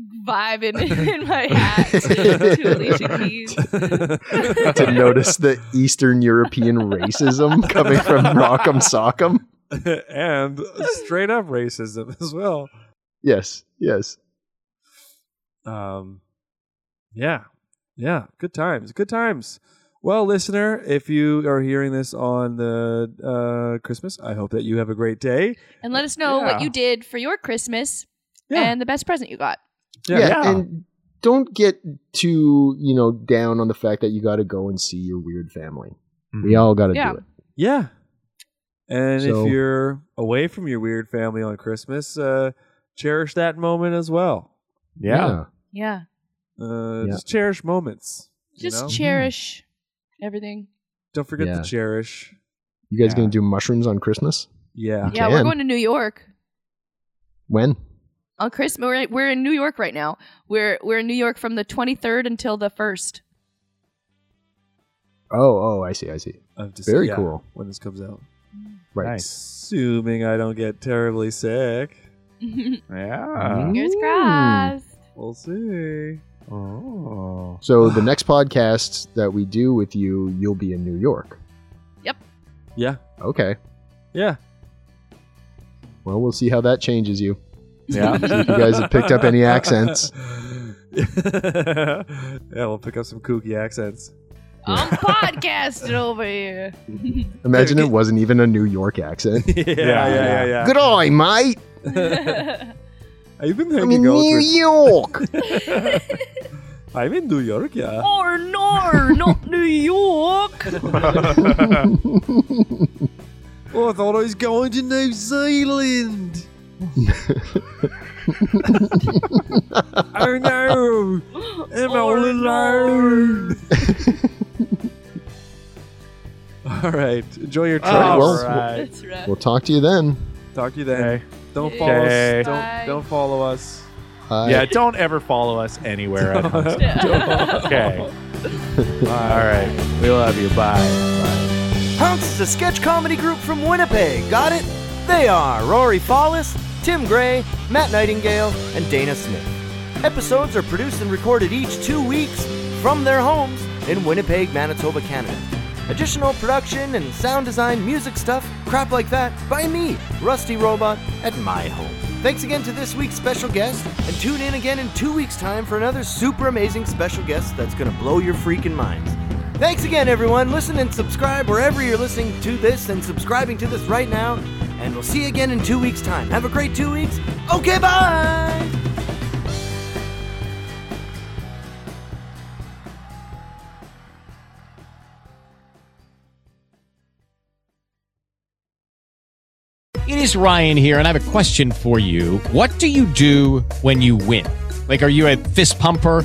Speaker 2: vibing in my hat to Alicia Keys.
Speaker 3: to notice the Eastern European racism coming from Rock'em Sock'em.
Speaker 1: and straight up racism as well.
Speaker 3: Yes, yes.
Speaker 1: um yeah yeah good times good times well listener if you are hearing this on the uh christmas i hope that you have a great day
Speaker 2: And let us know what
Speaker 4: Yeah.
Speaker 2: you did for your Christmas
Speaker 1: Yeah.
Speaker 2: and the best present you got.
Speaker 3: Yeah,
Speaker 4: Yeah.
Speaker 3: and don't get too you know down on the fact that you got to go and see your weird family. We all got to
Speaker 2: Yeah.
Speaker 3: do it.
Speaker 1: Yeah. And
Speaker 3: So-
Speaker 1: if you're away from your weird family on Christmas, uh, cherish that moment as well.
Speaker 4: Yeah.
Speaker 2: Yeah.
Speaker 1: Uh,
Speaker 3: Yeah.
Speaker 1: Just cherish moments. you
Speaker 2: Just
Speaker 3: Mm-hmm.
Speaker 1: know?
Speaker 2: cherish everything.
Speaker 1: Don't forget
Speaker 3: Yeah.
Speaker 1: to cherish.
Speaker 3: You guys
Speaker 4: Yeah.
Speaker 3: going to do mushrooms on Christmas?
Speaker 1: Yeah.
Speaker 2: Yeah, we're
Speaker 3: can.
Speaker 2: going to New York
Speaker 3: When?
Speaker 2: on Christmas. We're, we're in New York right now. We're we're in New York from the 23rd until the 1st.
Speaker 3: Oh, oh, I see, I see.
Speaker 1: Of Dece-
Speaker 3: Very
Speaker 1: yeah,
Speaker 3: cool.
Speaker 1: When this comes out.
Speaker 3: Right.
Speaker 4: Nice.
Speaker 1: Assuming I don't get terribly sick.
Speaker 4: Yeah.
Speaker 2: Fingers
Speaker 3: Ooh.
Speaker 2: crossed.
Speaker 1: We'll see.
Speaker 4: Oh.
Speaker 3: So the next podcast that we do with you, you'll be in New York.
Speaker 1: Yeah.
Speaker 3: Okay.
Speaker 1: Yeah.
Speaker 3: Well, we'll see how that changes you.
Speaker 4: Yeah.
Speaker 3: if you guys have picked up any accents.
Speaker 1: yeah, we'll pick up some kooky accents.
Speaker 2: I'm podcasting over here.
Speaker 3: Imagine it wasn't even a New York accent.
Speaker 1: yeah, yeah, yeah, yeah.
Speaker 3: Good eye, mate.
Speaker 1: I've been
Speaker 3: I'm
Speaker 1: hanging
Speaker 3: in
Speaker 1: out
Speaker 3: New
Speaker 1: with.
Speaker 3: York.
Speaker 1: I'm in New York, yeah.
Speaker 2: or no, not New York.
Speaker 1: Oh, I thought I was going to New Zealand. oh no!
Speaker 4: Oh,
Speaker 1: I'm all alone. all right, enjoy
Speaker 4: Oh,
Speaker 1: your trip.
Speaker 3: right, well-
Speaker 4: right.
Speaker 2: That's right.
Speaker 3: we'll talk to you then.
Speaker 1: Talk to you then.
Speaker 4: Okay.
Speaker 1: Don't follow
Speaker 4: Okay.
Speaker 1: us. Don't, don't follow us.
Speaker 3: Hi.
Speaker 4: Yeah, don't ever follow us anywhere. on Huntsman. okay. All right. We love you. Bye.
Speaker 6: Hunks is a sketch comedy group from Winnipeg. Got it? They are Rory Fallis, Tim Gray, Matt Nightingale, and Dana Smith. Episodes are produced and recorded each two weeks from their homes in Winnipeg, Manitoba, Canada. Additional production and sound design, music stuff, crap like that, by me, Rusty Robot, at my home. Thanks again to this week's special guest, and tune in again in two weeks' time for another super amazing special guest that's gonna blow your freaking minds. Thanks again, everyone. Listen and subscribe wherever you're listening to this and subscribing to this right now. And we'll see you again in two weeks' time. Have a great two weeks. Okay, bye.
Speaker 7: It is Ryan here, and I have a question for you. What do you do when you win? Like, are you a fist pumper?